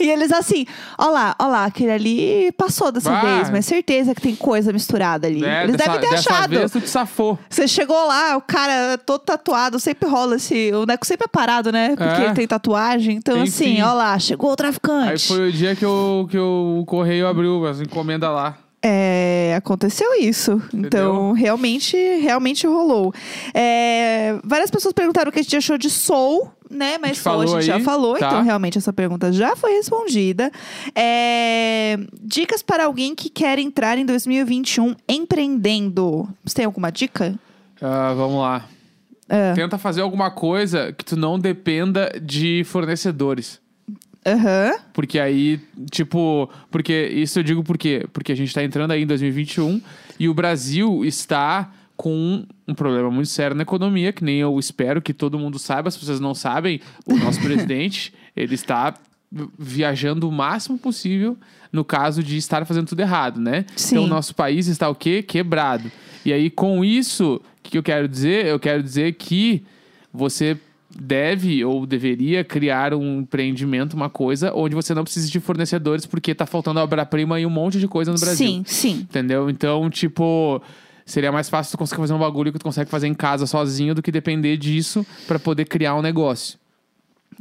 Speaker 1: E eles assim, ó lá, ó lá, aquele ali passou dessa
Speaker 2: Vai.
Speaker 1: vez, mas certeza que tem coisa misturada ali.
Speaker 2: É,
Speaker 1: eles
Speaker 2: dessa,
Speaker 1: devem ter
Speaker 2: dessa
Speaker 1: achado.
Speaker 2: vez tu te safou.
Speaker 1: Você chegou lá, o cara todo tatuado, sempre rola esse. O Neco sempre é parado, né? Porque
Speaker 2: É.
Speaker 1: ele tem tatuagem. Então,
Speaker 2: Enfim.
Speaker 1: assim, ó lá, chegou o traficante.
Speaker 2: Aí foi o dia que, eu, que eu- o correio abriu as encomendas lá.
Speaker 1: É, aconteceu isso. Então, realmente, realmente rolou. É, várias pessoas perguntaram o que a gente achou de Soul, né? Mas Soul a
Speaker 2: falou
Speaker 1: gente já
Speaker 2: aí,
Speaker 1: falou,
Speaker 2: tá.
Speaker 1: então realmente essa pergunta já foi respondida. É, dicas para alguém que quer entrar em 2021 empreendendo. Você tem alguma dica?
Speaker 2: Ah, vamos lá. Tenta fazer alguma coisa que tu não dependa de fornecedores.
Speaker 1: Aham.
Speaker 2: Porque aí, tipo, porque isso eu digo por quê? Porque a gente tá entrando aí em 2021 e o Brasil está com um, um problema muito sério na economia, que nem eu espero que todo mundo saiba, se vocês não sabem, o nosso presidente, ele está viajando o máximo possível no caso de estar fazendo tudo errado, né?
Speaker 1: Sim.
Speaker 2: Então, nosso país está o quê? Quebrado. E aí, com isso, o que que eu quero dizer? Eu quero dizer que você deve ou deveria criar um empreendimento, uma coisa, onde você não precisa de fornecedores, porque tá faltando obra-prima e um monte de coisa no Brasil.
Speaker 1: Sim, sim.
Speaker 2: Entendeu? Então, tipo, seria mais fácil tu conseguir fazer um bagulho que tu consegue fazer em casa sozinho do que depender disso pra poder criar um negócio.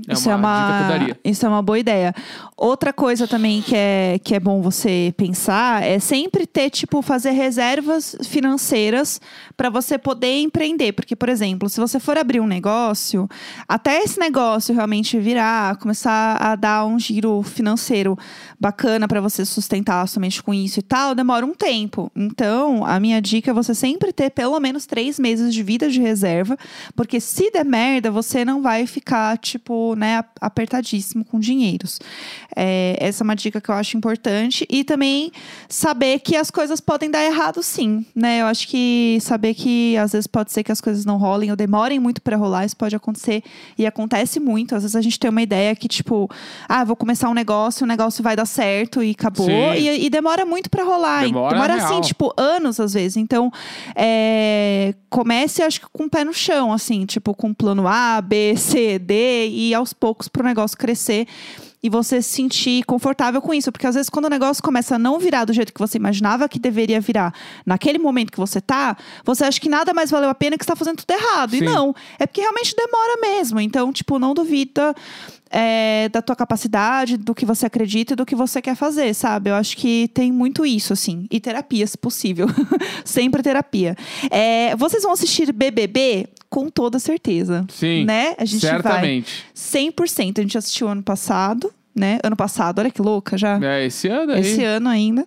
Speaker 1: isso, é uma,
Speaker 2: dica que eu daria.
Speaker 1: isso é uma boa ideia. Outra coisa também que é, que é bom você pensar é sempre ter, tipo, fazer reservas financeiras para você poder empreender. Porque, por exemplo, se você for abrir um negócio, até esse negócio realmente virar, começar a dar um giro financeiro bacana para você sustentar somente com isso e tal, demora um tempo. Então, a minha dica é você sempre ter pelo menos três meses de vida de reserva, porque se der merda, você não vai ficar, tipo, né, ap- apertadíssimo com dinheiros. É, essa é uma dica que eu acho importante. E também saber que as coisas podem dar errado, sim, né? Eu acho que saber que às vezes pode ser que as coisas não rolem ou demorem muito para rolar, isso pode acontecer e acontece muito. Às vezes a gente tem uma ideia que, tipo, ah, vou começar um negócio, o negócio vai dar certo e acabou.
Speaker 2: Sim.
Speaker 1: E, e demora muito para rolar.
Speaker 2: Demora real.
Speaker 1: assim, tipo, anos às vezes. Então, é, comece, acho que com o pé no chão, assim, tipo, com plano A, B, C, D, e aos poucos pro negócio crescer e você se sentir confortável com isso. Porque às vezes, quando o negócio começa a não virar do jeito que você imaginava que deveria virar naquele momento que você tá, você acha que nada mais valeu a pena que você tá fazendo tudo errado. E
Speaker 2: Sim.
Speaker 1: não. É porque realmente demora mesmo. Então, tipo, não duvida. é, da tua capacidade, do que você acredita e do que você quer fazer, sabe? Eu acho que tem muito isso, assim. E terapia, se possível. (laughs) Sempre terapia. É, vocês vão assistir BBB? Com toda certeza.
Speaker 2: Sim.
Speaker 1: Né? A gente vai.
Speaker 2: Certamente.
Speaker 1: 100%. A gente assistiu ano passado, né? Ano passado, olha que louca já.
Speaker 2: É, esse ano aí.
Speaker 1: Esse ano ainda.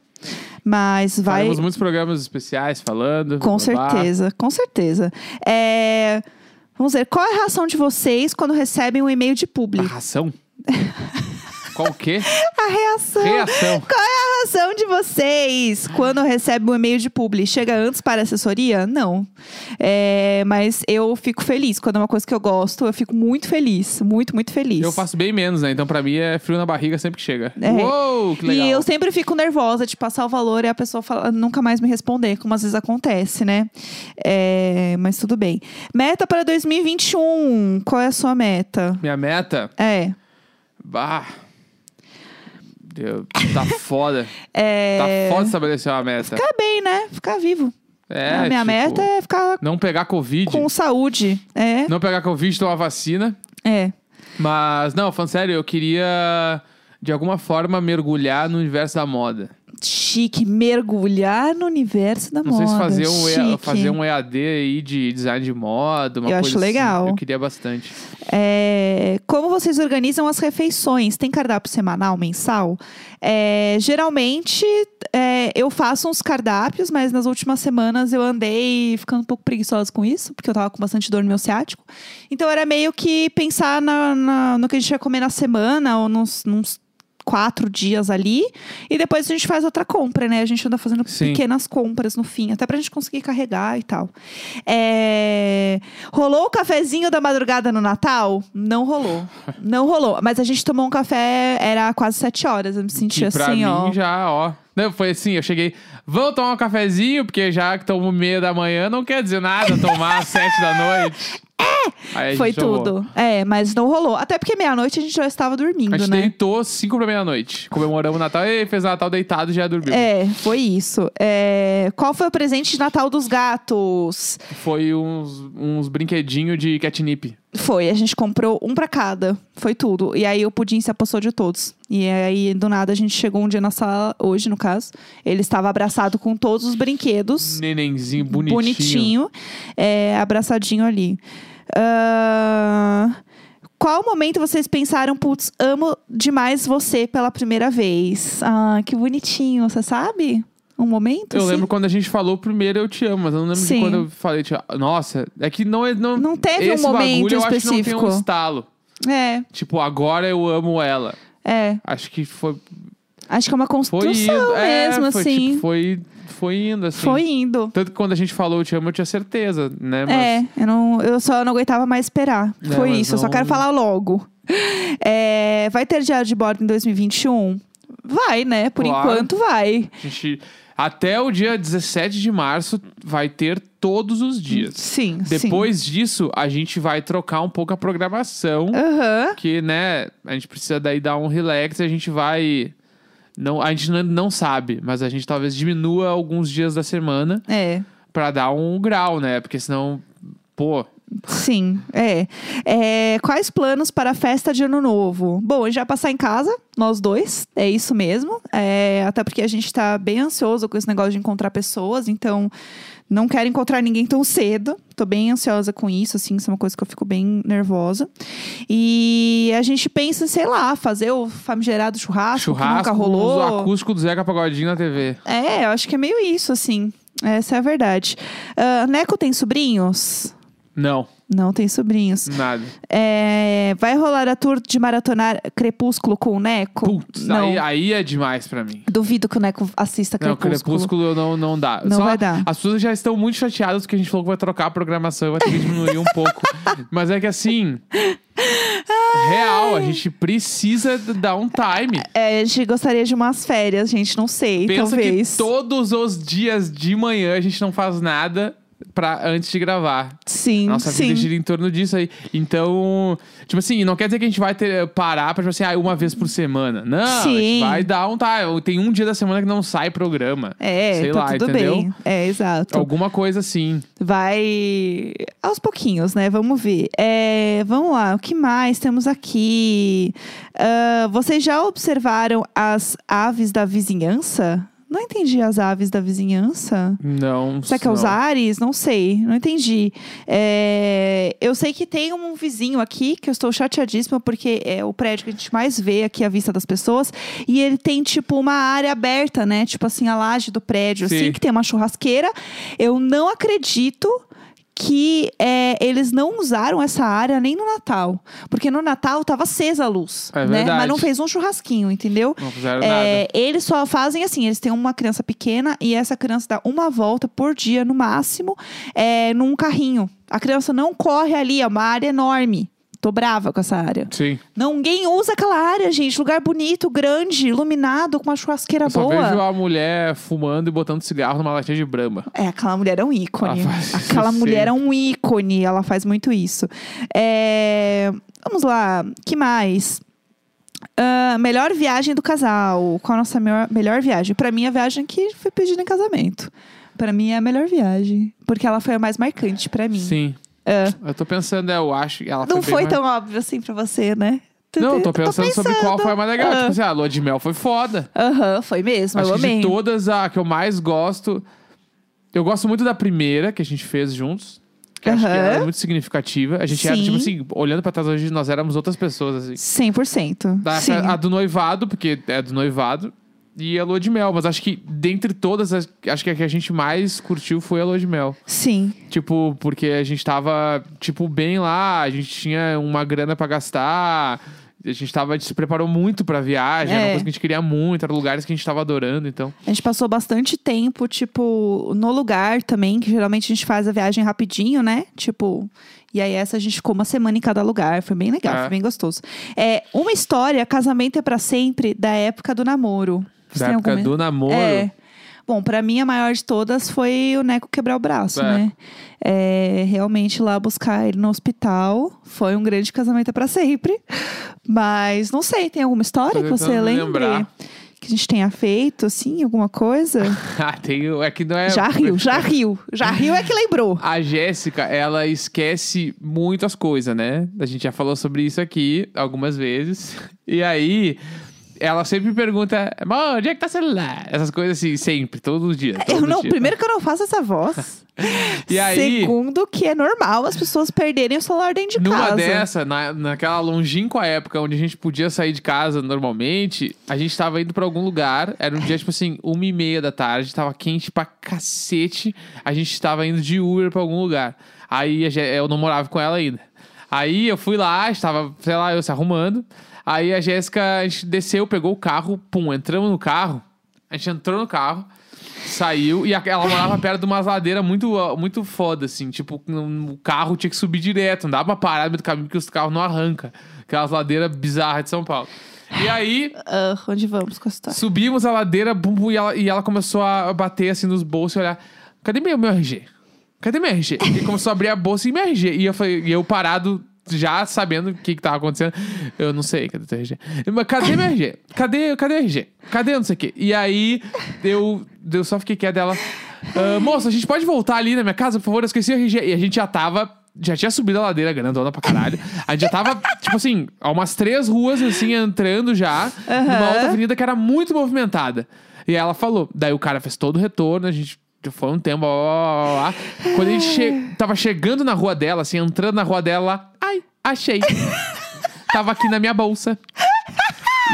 Speaker 1: Mas vai.
Speaker 2: Faremos muitos programas especiais falando.
Speaker 1: Com
Speaker 2: babá.
Speaker 1: certeza, com certeza. É, Vamos ver, qual é a reação de vocês quando recebem um e-mail de
Speaker 2: A
Speaker 1: publi?
Speaker 2: ração? Qual
Speaker 1: (laughs)
Speaker 2: que?
Speaker 1: A reação.
Speaker 2: Reação.
Speaker 1: Qual é a reação de vocês quando recebe um e-mail de publi? Chega antes para a assessoria? Não. É, Mas eu fico feliz. Quando é uma coisa que eu gosto, eu fico muito feliz. Muito, muito feliz.
Speaker 2: Eu faço bem menos, né? Então pra mim é frio na barriga sempre que chega.
Speaker 1: É.
Speaker 2: Uou, que legal.
Speaker 1: E eu sempre fico nervosa de passar o valor e a pessoa fala- nunca mais me responder, como às vezes acontece, né? É, mas tudo bem. Meta para 2021. Qual é a sua meta?
Speaker 2: Minha meta?
Speaker 1: É.
Speaker 2: Bah. Deu-
Speaker 1: (laughs)
Speaker 2: Tá foda.
Speaker 1: é
Speaker 2: Tá foda estabelecer uma meta.
Speaker 1: Ficar bem, né? Ficar vivo.
Speaker 2: É,
Speaker 1: a minha
Speaker 2: tipo,
Speaker 1: meta é ficar
Speaker 2: Não pegar Covid.
Speaker 1: com saúde. É.
Speaker 2: Não pegar Covid, tomar vacina.
Speaker 1: É.
Speaker 2: Mas, não, falando sério, eu queria, de alguma forma, mergulhar no universo da moda.
Speaker 1: Chique, mergulhar no universo da
Speaker 2: Não
Speaker 1: moda.
Speaker 2: sei se fazer um, E-
Speaker 1: Chique.
Speaker 2: fazer um EAD aí de design de moda, uma
Speaker 1: Eu
Speaker 2: coisa
Speaker 1: acho
Speaker 2: assim.
Speaker 1: legal.
Speaker 2: Eu queria bastante.
Speaker 1: É, como vocês organizam as refeições? Tem cardápio semanal, mensal? É, geralmente é, eu faço uns cardápios, mas nas últimas semanas eu andei ficando um pouco preguiçosa com isso, porque eu tava com bastante dor no meu ciático. Então era meio que pensar na- na- no que a gente vai comer na semana ou nos, nos quatro dias ali. E depois a gente faz outra compra, né? A gente anda fazendo
Speaker 2: Sim.
Speaker 1: pequenas compras no fim, até pra gente conseguir carregar e tal. É, Rolou o cafezinho da madrugada no Natal? Não rolou. Não rolou. Mas a gente tomou um café, era quase sete horas. Eu me senti
Speaker 2: Que
Speaker 1: assim,
Speaker 2: pra mim
Speaker 1: ó.
Speaker 2: já, ó. Não, foi assim, eu cheguei. Vamos tomar um cafezinho, porque já que tomo meia da manhã, não quer dizer nada tomar às sete da
Speaker 1: (laughs)
Speaker 2: noite. Aí a gente
Speaker 1: É, Foi
Speaker 2: jogou.
Speaker 1: tudo. É, mas não rolou. Até porque meia-noite a gente já estava dormindo,
Speaker 2: A gente
Speaker 1: né?
Speaker 2: deitou cinco pra meia-noite. Comemoramos o Natal e fez Natal deitado e já dormiu.
Speaker 1: É, foi isso. É, Qual foi o presente de Natal dos gatos?
Speaker 2: Foi uns, uns brinquedinhos de catnip.
Speaker 1: Foi, a gente comprou um pra cada. Foi tudo. E aí o pudim se apossou de todos. E aí, do nada, a gente chegou um dia na sala, hoje no caso. Ele estava abraçado com todos os brinquedos.
Speaker 2: Nenenzinho bonitinho.
Speaker 1: bonitinho, é, abraçadinho ali. Ahn, qual momento vocês pensaram, putz, amo demais você pela primeira vez? Ah, que bonitinho, você sabe? Um momento?
Speaker 2: Eu
Speaker 1: assim?
Speaker 2: lembro quando a gente falou primeiro eu te amo, mas eu não lembro
Speaker 1: Sim.
Speaker 2: de quando eu falei te amo. Nossa, é que não é. Não,
Speaker 1: Não teve um
Speaker 2: esse bagulho,
Speaker 1: momento
Speaker 2: eu Acho que não
Speaker 1: específico.
Speaker 2: tem um estalo.
Speaker 1: É,
Speaker 2: Tipo, agora eu amo ela.
Speaker 1: é.
Speaker 2: Acho que foi.
Speaker 1: Acho que é uma
Speaker 2: Foi
Speaker 1: construção
Speaker 2: indo. É,
Speaker 1: mesmo,
Speaker 2: foi,
Speaker 1: assim.
Speaker 2: tipo, foi, foi indo, assim.
Speaker 1: Foi indo.
Speaker 2: Tanto que quando a gente falou eu te amo, eu tinha certeza, né? Mas
Speaker 1: É, eu, não, eu só não aguentava mais esperar.
Speaker 2: Não,
Speaker 1: Foi
Speaker 2: mas
Speaker 1: isso, eu só
Speaker 2: não-
Speaker 1: quero falar logo. (laughs) É, vai ter diário de bordo em 2021? Vai, né? Por
Speaker 2: Claro.
Speaker 1: enquanto vai.
Speaker 2: a gente. Até o dia 17 de março vai ter todos os dias.
Speaker 1: Sim, sim.
Speaker 2: Depois disso, a gente vai trocar um pouco a programação.
Speaker 1: Aham.
Speaker 2: Porque, né, a gente precisa daí dar um relax e a gente vai. Não, a gente não, não sabe, mas a gente talvez diminua alguns dias da semana
Speaker 1: É,
Speaker 2: pra dar um grau, né? Porque senão, pô,
Speaker 1: sim, é. É, Quais planos para a festa de ano novo? Bom, a gente vai passar em casa, nós dois, é isso mesmo. É, até porque a gente tá bem ansioso com esse negócio de encontrar pessoas, então não quero encontrar ninguém tão cedo. Tô bem ansiosa com isso, assim, isso é uma coisa que eu fico bem nervosa. E a gente pensa, em, sei lá, fazer o famigerado churrasco, que nunca
Speaker 2: churrasco,
Speaker 1: rolou.
Speaker 2: o acústico do Zeca Pagodinho na TV.
Speaker 1: É, eu acho que é meio isso, assim. Essa é a verdade. Ah, Neco tem sobrinhos?
Speaker 2: Não,
Speaker 1: Não tem sobrinhos.
Speaker 2: nada.
Speaker 1: É, vai rolar a tour de maratonar Crepúsculo com o Neco?
Speaker 2: Putz,
Speaker 1: não.
Speaker 2: aí, aí é demais pra mim.
Speaker 1: Duvido que o Neco assista
Speaker 2: Não,
Speaker 1: Crepúsculo.
Speaker 2: crepúsculo não, não dá.
Speaker 1: Não
Speaker 2: Só
Speaker 1: vai dar.
Speaker 2: As pessoas já estão muito chateadas porque a gente falou que vai trocar a programação e vai ter que diminuir um
Speaker 1: (laughs)
Speaker 2: pouco. Mas é que assim. Real, a gente precisa d- dar um time.
Speaker 1: É, então a gente gostaria de umas férias, gente, não sei,
Speaker 2: Pensa
Speaker 1: talvez.
Speaker 2: que todos os dias de manhã a gente não faz nada pra, antes de gravar.
Speaker 1: Sim,
Speaker 2: Nossa
Speaker 1: sim.
Speaker 2: vida gira em torno disso aí. Então, tipo assim, não quer dizer que a gente vai ter, parar pra, tipo assim, ah, uma vez por semana. Não, a
Speaker 1: Sim.
Speaker 2: gente vai dar um time. Tem um dia da semana que não sai programa.
Speaker 1: É,
Speaker 2: Sei
Speaker 1: tá
Speaker 2: lá,
Speaker 1: tudo
Speaker 2: entendeu?
Speaker 1: bem. É, exato.
Speaker 2: Alguma coisa assim.
Speaker 1: Vai aos pouquinhos, né? Vamos ver. É, vamos lá, o que mais temos aqui? Ah, vocês já observaram as aves da vizinhança? Não entendi as aves da vizinhança.
Speaker 2: Não.
Speaker 1: Será que é
Speaker 2: não.
Speaker 1: os ares? Não sei, não entendi. É, eu sei que tem um vizinho aqui que eu estou chateadíssima porque é o prédio que a gente mais vê aqui à vista das pessoas. E ele tem, tipo, uma área aberta, né? Tipo assim, a laje do prédio,
Speaker 2: Sim.
Speaker 1: assim, que tem uma churrasqueira. Eu não acredito que é, eles não usaram essa área nem no Natal. Porque no Natal tava acesa a luz,
Speaker 2: É
Speaker 1: né? Mas
Speaker 2: verdade.
Speaker 1: não fez um churrasquinho, entendeu?
Speaker 2: Não fizeram
Speaker 1: É,
Speaker 2: nada.
Speaker 1: eles só fazem assim, eles têm uma criança pequena e essa criança dá uma volta por dia, no máximo, é, num carrinho. A criança não corre ali, é uma área enorme. Tô brava com essa área.
Speaker 2: Sim.
Speaker 1: Ninguém usa aquela área, gente. Lugar bonito, grande, iluminado, com uma churrasqueira
Speaker 2: Eu só
Speaker 1: tá boa.
Speaker 2: vejo a mulher fumando e botando cigarro numa latinha de brama.
Speaker 1: É, aquela mulher é um ícone.
Speaker 2: Ela faz isso
Speaker 1: Aquela mulher
Speaker 2: sempre.
Speaker 1: é um ícone, ela faz muito isso. É, Vamos lá, que mais? Ah, melhor viagem do casal. Qual a nossa melhor, melhor viagem? Pra mim, a viagem que foi pedida em casamento. Pra mim é a melhor viagem, porque ela foi a mais marcante pra mim.
Speaker 2: Sim. Eu tô pensando, é, eu acho. Ela
Speaker 1: Não foi
Speaker 2: bem mais-
Speaker 1: tão óbvio assim pra você, né? Tu-
Speaker 2: Não, eu tô
Speaker 1: tu-
Speaker 2: pensando, sobre qual foi a mais legal.
Speaker 1: Ah.
Speaker 2: Tipo assim, ah, a lua de mel foi foda.
Speaker 1: Aham, foi mesmo,
Speaker 2: Acho
Speaker 1: eu
Speaker 2: que de
Speaker 1: amei.
Speaker 2: todas, a que eu mais gosto. Eu gosto muito da primeira que a gente fez juntos. Que eu acho que
Speaker 1: Aham.
Speaker 2: ela é muito significativa. A gente era,
Speaker 1: Sim.
Speaker 2: tipo assim, olhando pra trás hoje, nós éramos outras pessoas, assim.
Speaker 1: 100%.
Speaker 2: Da-
Speaker 1: Sim.
Speaker 2: a do noivado, porque é do noivado. E a lua de mel. Mas acho que, dentre todas, as- acho que a que a gente mais curtiu foi a lua de mel.
Speaker 1: Sim.
Speaker 2: Tipo, porque a gente tava, tipo, bem lá, a gente tinha uma grana pra gastar, a gente tava, a gente se preparou muito pra viagem, era
Speaker 1: É.
Speaker 2: uma coisa que a gente queria muito, eram lugares que a gente tava adorando, então.
Speaker 1: A gente passou bastante tempo, tipo, no lugar também, que geralmente a gente faz a viagem rapidinho, né? Tipo, e aí essa a gente ficou uma semana em cada lugar. Foi bem legal,
Speaker 2: É.
Speaker 1: foi bem gostoso. É, uma história, casamento é pra sempre, da época do namoro. Você
Speaker 2: Da
Speaker 1: tem
Speaker 2: época
Speaker 1: alguma?
Speaker 2: do namoro.
Speaker 1: É. Bom, pra mim a maior de todas foi o Neco quebrar o braço,
Speaker 2: É.
Speaker 1: né? É, realmente lá buscar ele no hospital foi um grande casamento pra sempre. Mas não sei, tem alguma história
Speaker 2: Tô
Speaker 1: que você
Speaker 2: tentando me
Speaker 1: lembre?
Speaker 2: lembrar.
Speaker 1: Que a gente tenha feito, assim, alguma coisa?
Speaker 2: (laughs) Ah, tem, o- é que não (laughs) é.
Speaker 1: Já riu, já riu. Já riu é que
Speaker 2: (laughs)
Speaker 1: lembrou.
Speaker 2: A Jéssica, ela esquece muitas coisas, né? A gente já falou sobre isso aqui algumas vezes. (laughs) E aí, ela sempre pergunta: "Mô, onde é que tá o celular? Essas coisas assim, sempre, todo dia.
Speaker 1: Eu
Speaker 2: todo
Speaker 1: não,
Speaker 2: dia.
Speaker 1: primeiro que eu não faço essa voz.
Speaker 2: (laughs) E aí-
Speaker 1: Segundo, que é normal as pessoas perderem o celular dentro de
Speaker 2: Numa
Speaker 1: casa.
Speaker 2: dessa, na, naquela longínqua época onde a gente podia sair de casa normalmente, a gente tava indo pra algum lugar. Era um dia, tipo assim, uma e meia da tarde, tava quente pra cacete. A gente tava indo de Uber pra algum lugar. Aí a Je- eu não morava com ela ainda. Aí eu fui lá, estava, sei lá, eu se arrumando. Aí a Jéssica, a gente desceu, pegou o carro, pum, entramos no carro. A gente entrou no carro, saiu e a- ela morava perto de uma ladeira muito, ah, muito foda, assim. Tipo, um- o carro tinha que subir direto, não dava pra parar no meio do caminho porque os carros não arrancam. Aquelas ladeiras bizarras de São Paulo. E aí,
Speaker 1: Ah, onde vamos com a história?
Speaker 2: subimos a ladeira, bum, bum, e, ela, e ela começou a bater assim nos bolsos e olhar: cadê meu, meu RG? Cadê meu RG? E começou a abrir a bolsa e meu RG. E eu, falei- e eu parado, já sabendo o que, que tava acontecendo. Eu não sei, cadê teu RG? Mas cadê meu RG? Cadê, cadê o RG? Cadê não sei o quê? E aí eu, eu só fiquei quieto dela. "Ah, moça, a gente pode voltar ali na minha casa, por favor? Eu esqueci o RG. E a gente já tava. Já tinha subido a ladeira grandona pra caralho. A gente já tava, (laughs) tipo assim, a umas três ruas, assim, entrando já. Numa outra avenida que era muito movimentada. E ela falou. Daí o cara fez todo o retorno, a gente foi um tempo, ó, ó, ó, ó. Quando a gente che- tava chegando na rua dela, assim, entrando na rua dela, ela, ai, (laughs) achei. tava aqui na minha bolsa.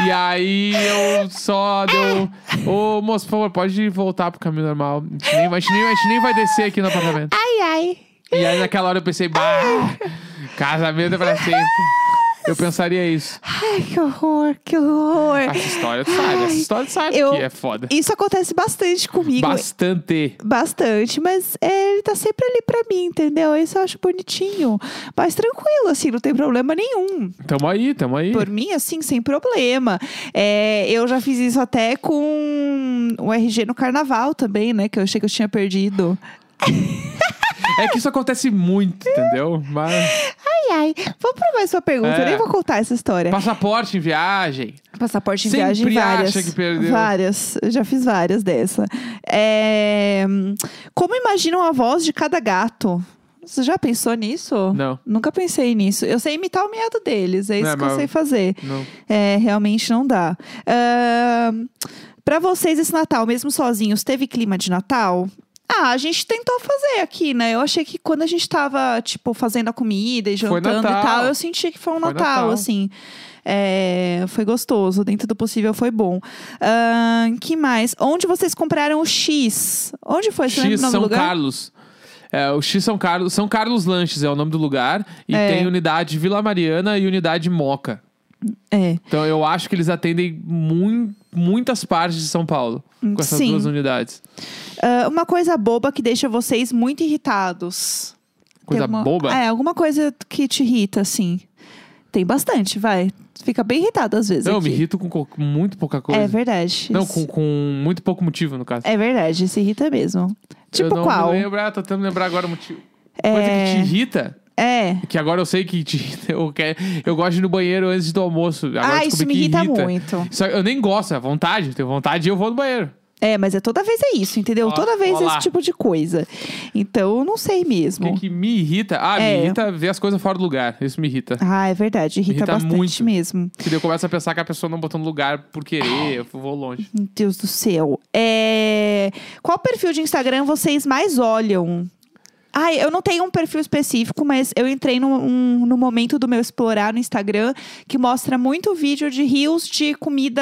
Speaker 2: E aí eu só deu. Ô, moço, por favor, pode voltar pro caminho normal. A gente, nem, vai- a, gente nem, a gente nem vai descer aqui no apartamento.
Speaker 1: Ai, ai.
Speaker 2: E aí naquela hora eu pensei, bah, casamento é pra sempre. Eu pensaria isso.
Speaker 1: Ai, que horror, que horror.
Speaker 2: Essa história tu sabe, essa
Speaker 1: Ai,
Speaker 2: história tu sabe
Speaker 1: eu-
Speaker 2: que é foda.
Speaker 1: Isso acontece bastante comigo.
Speaker 2: Bastante.
Speaker 1: Bastante, mas é, ele tá sempre ali pra mim, entendeu? Isso eu acho bonitinho. Mas tranquilo, assim, não tem problema nenhum.
Speaker 2: Tamo aí, tamo aí.
Speaker 1: Por mim, assim, sem problema. É, eu já fiz isso até com o RG no carnaval também, né? Que eu achei que eu tinha perdido.
Speaker 2: É que isso acontece muito, entendeu? Mas
Speaker 1: Ai, ai. Vamos pra mais uma pergunta,
Speaker 2: É.
Speaker 1: eu nem vou contar essa história.
Speaker 2: passaporte em viagem.
Speaker 1: Passaporte em
Speaker 2: Sempre
Speaker 1: viagem, várias.
Speaker 2: acha que perdeu.
Speaker 1: Várias. Eu Já fiz várias dessa. É, Como imaginam a voz de cada gato? Você já pensou nisso?
Speaker 2: Não.
Speaker 1: Nunca pensei nisso. Eu sei imitar o miado deles, é isso
Speaker 2: Não,
Speaker 1: que
Speaker 2: mas-
Speaker 1: eu sei fazer.
Speaker 2: Não.
Speaker 1: É, realmente não dá. Ahn, Pra vocês, esse Natal, mesmo sozinhos, teve clima de Natal? Ah, a gente tentou fazer aqui, né? Eu achei que quando a gente tava, tipo, fazendo a comida e
Speaker 2: Foi
Speaker 1: jantando e
Speaker 2: Natal.
Speaker 1: tal, eu senti que foi um
Speaker 2: Foi
Speaker 1: Natal,
Speaker 2: Natal.
Speaker 1: assim. É, foi gostoso, dentro do possível foi bom. Ahn, que mais? Onde vocês compraram o X? Onde foi? Você lembra
Speaker 2: X
Speaker 1: o nome do
Speaker 2: São
Speaker 1: lugar?
Speaker 2: Carlos. É, o X São Carlos. São Carlos Lanches é o nome do lugar. E
Speaker 1: É.
Speaker 2: tem unidade Vila Mariana e unidade Moca.
Speaker 1: É.
Speaker 2: Então eu acho que eles atendem mui- muitas partes de São Paulo. Com essas
Speaker 1: Sim.
Speaker 2: duas unidades.
Speaker 1: Ah, uma coisa boba que deixa vocês muito irritados.
Speaker 2: Coisa
Speaker 1: Tem alguma-
Speaker 2: boba.
Speaker 1: É, alguma coisa que te irrita, assim. Tem bastante, vai. Fica bem irritado às vezes.
Speaker 2: Não, eu
Speaker 1: aqui.
Speaker 2: me irrito com co- com muito pouca coisa.
Speaker 1: É verdade.
Speaker 2: Não,
Speaker 1: Isso-
Speaker 2: com, com muito pouco motivo, no caso.
Speaker 1: É verdade, se irrita mesmo. Tipo
Speaker 2: eu não
Speaker 1: qual?
Speaker 2: me lembro, ah, tô tentando lembrar agora o motivo. Coisa que te irrita,
Speaker 1: É.
Speaker 2: que agora eu sei que te (laughs) irrita. Eu, quero, eu gosto de ir no banheiro antes do almoço. Agora eu
Speaker 1: ah,
Speaker 2: descobri
Speaker 1: isso me
Speaker 2: que
Speaker 1: irrita, muito.
Speaker 2: Só que eu nem gosto, é vontade. Tenho vontade e eu vou no banheiro.
Speaker 1: É, mas é toda vez é isso, entendeu?
Speaker 2: Ó,
Speaker 1: toda vez
Speaker 2: ó lá.
Speaker 1: esse tipo de coisa. Então, eu não sei
Speaker 2: O que
Speaker 1: mesmo.
Speaker 2: que me irrita? Ah,
Speaker 1: É.
Speaker 2: me irrita ver as coisas fora do lugar. Isso me irrita.
Speaker 1: Ah, é verdade, irrita,
Speaker 2: Irrita
Speaker 1: bastante
Speaker 2: muito.
Speaker 1: mesmo.
Speaker 2: Que daí eu começo a pensar que a pessoa não botou no lugar por querer, eu vou longe.
Speaker 1: Meu Deus do céu. É... Qual perfil de Instagram vocês mais olham? Ai, eu não tenho um perfil específico, mas eu entrei no, um- no momento do meu explorar no Instagram que mostra muito vídeo de rios de comida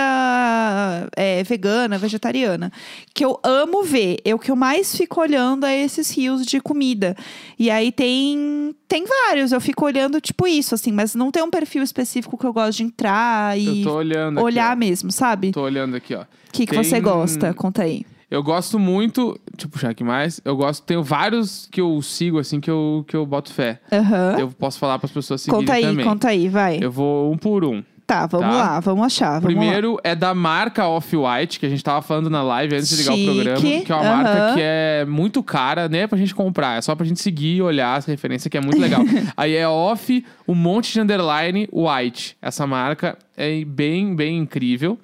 Speaker 1: é, vegana, vegetariana. Que eu amo ver. Eu que eu mais fico olhando é esses rios de comida. E aí tem, tem vários. Eu fico olhando tipo isso, assim, mas não tem um perfil específico que eu gosto de entrar
Speaker 2: Eu
Speaker 1: e
Speaker 2: tô olhando
Speaker 1: olhar
Speaker 2: aqui.
Speaker 1: mesmo, sabe?
Speaker 2: ó. Tô olhando aqui, ó.
Speaker 1: O que, que
Speaker 2: Tem-
Speaker 1: você gosta? Conta aí.
Speaker 2: Eu gosto muito. Deixa eu puxar aqui mais. Eu gosto. Tenho vários que eu sigo, assim, que eu, que eu boto fé.
Speaker 1: Aham.
Speaker 2: Eu posso falar pras pessoas seguirem
Speaker 1: Conta aí,
Speaker 2: também.
Speaker 1: conta aí, vai.
Speaker 2: Eu vou um por um.
Speaker 1: Tá, vamos
Speaker 2: Tá.
Speaker 1: lá, vamos achar. Vamos lá.
Speaker 2: Primeiro é da marca Off-White, que a gente tava falando na live antes de ligar
Speaker 1: Chique,
Speaker 2: o programa, que é uma
Speaker 1: aham.
Speaker 2: marca que é muito cara, nem é pra gente comprar, é só pra gente seguir e olhar essa referência que é muito
Speaker 1: (laughs)
Speaker 2: legal. Aí é Off, um monte de underline White. Essa marca é bem, bem incrível.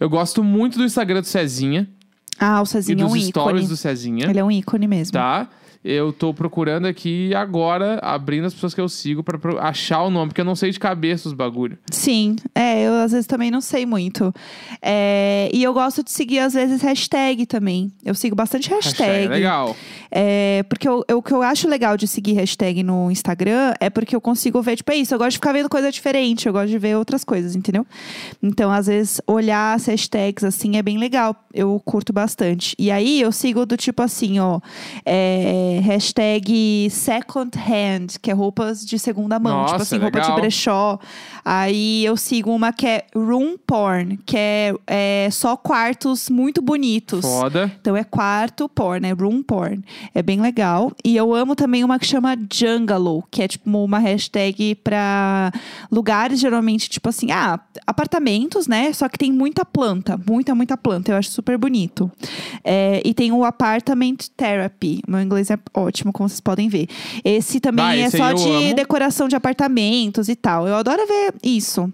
Speaker 2: Eu gosto muito do Instagram do Cezinha
Speaker 1: Ah, o
Speaker 2: e
Speaker 1: Cezinho é
Speaker 2: dos
Speaker 1: um
Speaker 2: stories
Speaker 1: ícone.
Speaker 2: do Cezinha.
Speaker 1: Ele é um ícone mesmo.
Speaker 2: Tá? Eu tô procurando aqui agora, abrindo as pessoas que eu sigo pra pro- achar o nome, porque eu não sei de cabeça os bagulho.
Speaker 1: Sim, é, eu às vezes também não sei muito. É, e eu gosto de seguir, às vezes, hashtag também. Eu sigo bastante hashtag.
Speaker 2: Hashtag, legal.
Speaker 1: É, porque eu- eu- o que eu acho legal de seguir hashtag no Instagram é porque eu consigo ver, tipo, é isso, eu gosto de ficar vendo coisa diferente, eu gosto de ver outras coisas, entendeu? Então, às vezes, olhar as hashtags assim é bem legal. Eu curto bastante. E aí eu sigo do tipo assim, ó, é, hashtag second hand, que é roupas de segunda mão,
Speaker 2: Nossa,
Speaker 1: tipo assim, roupa de
Speaker 2: legal.
Speaker 1: brechó. Aí eu sigo uma que é room porn, que é, é só quartos muito bonitos.
Speaker 2: Foda.
Speaker 1: Então é quarto porn, é room porn. É bem legal. E eu amo também uma que chama Jungalow, que é tipo uma hashtag pra lugares geralmente, tipo assim, ah, apartamentos, né? Só que tem muita planta, muita, muita planta. Eu acho super bonito. É, e tem o Apartment Therapy. Meu inglês é ótimo, como vocês podem ver. Esse também
Speaker 2: Bah, Ah, esse
Speaker 1: é
Speaker 2: aí
Speaker 1: só
Speaker 2: eu
Speaker 1: de
Speaker 2: amo.
Speaker 1: decoração de apartamentos e tal. Eu adoro ver isso.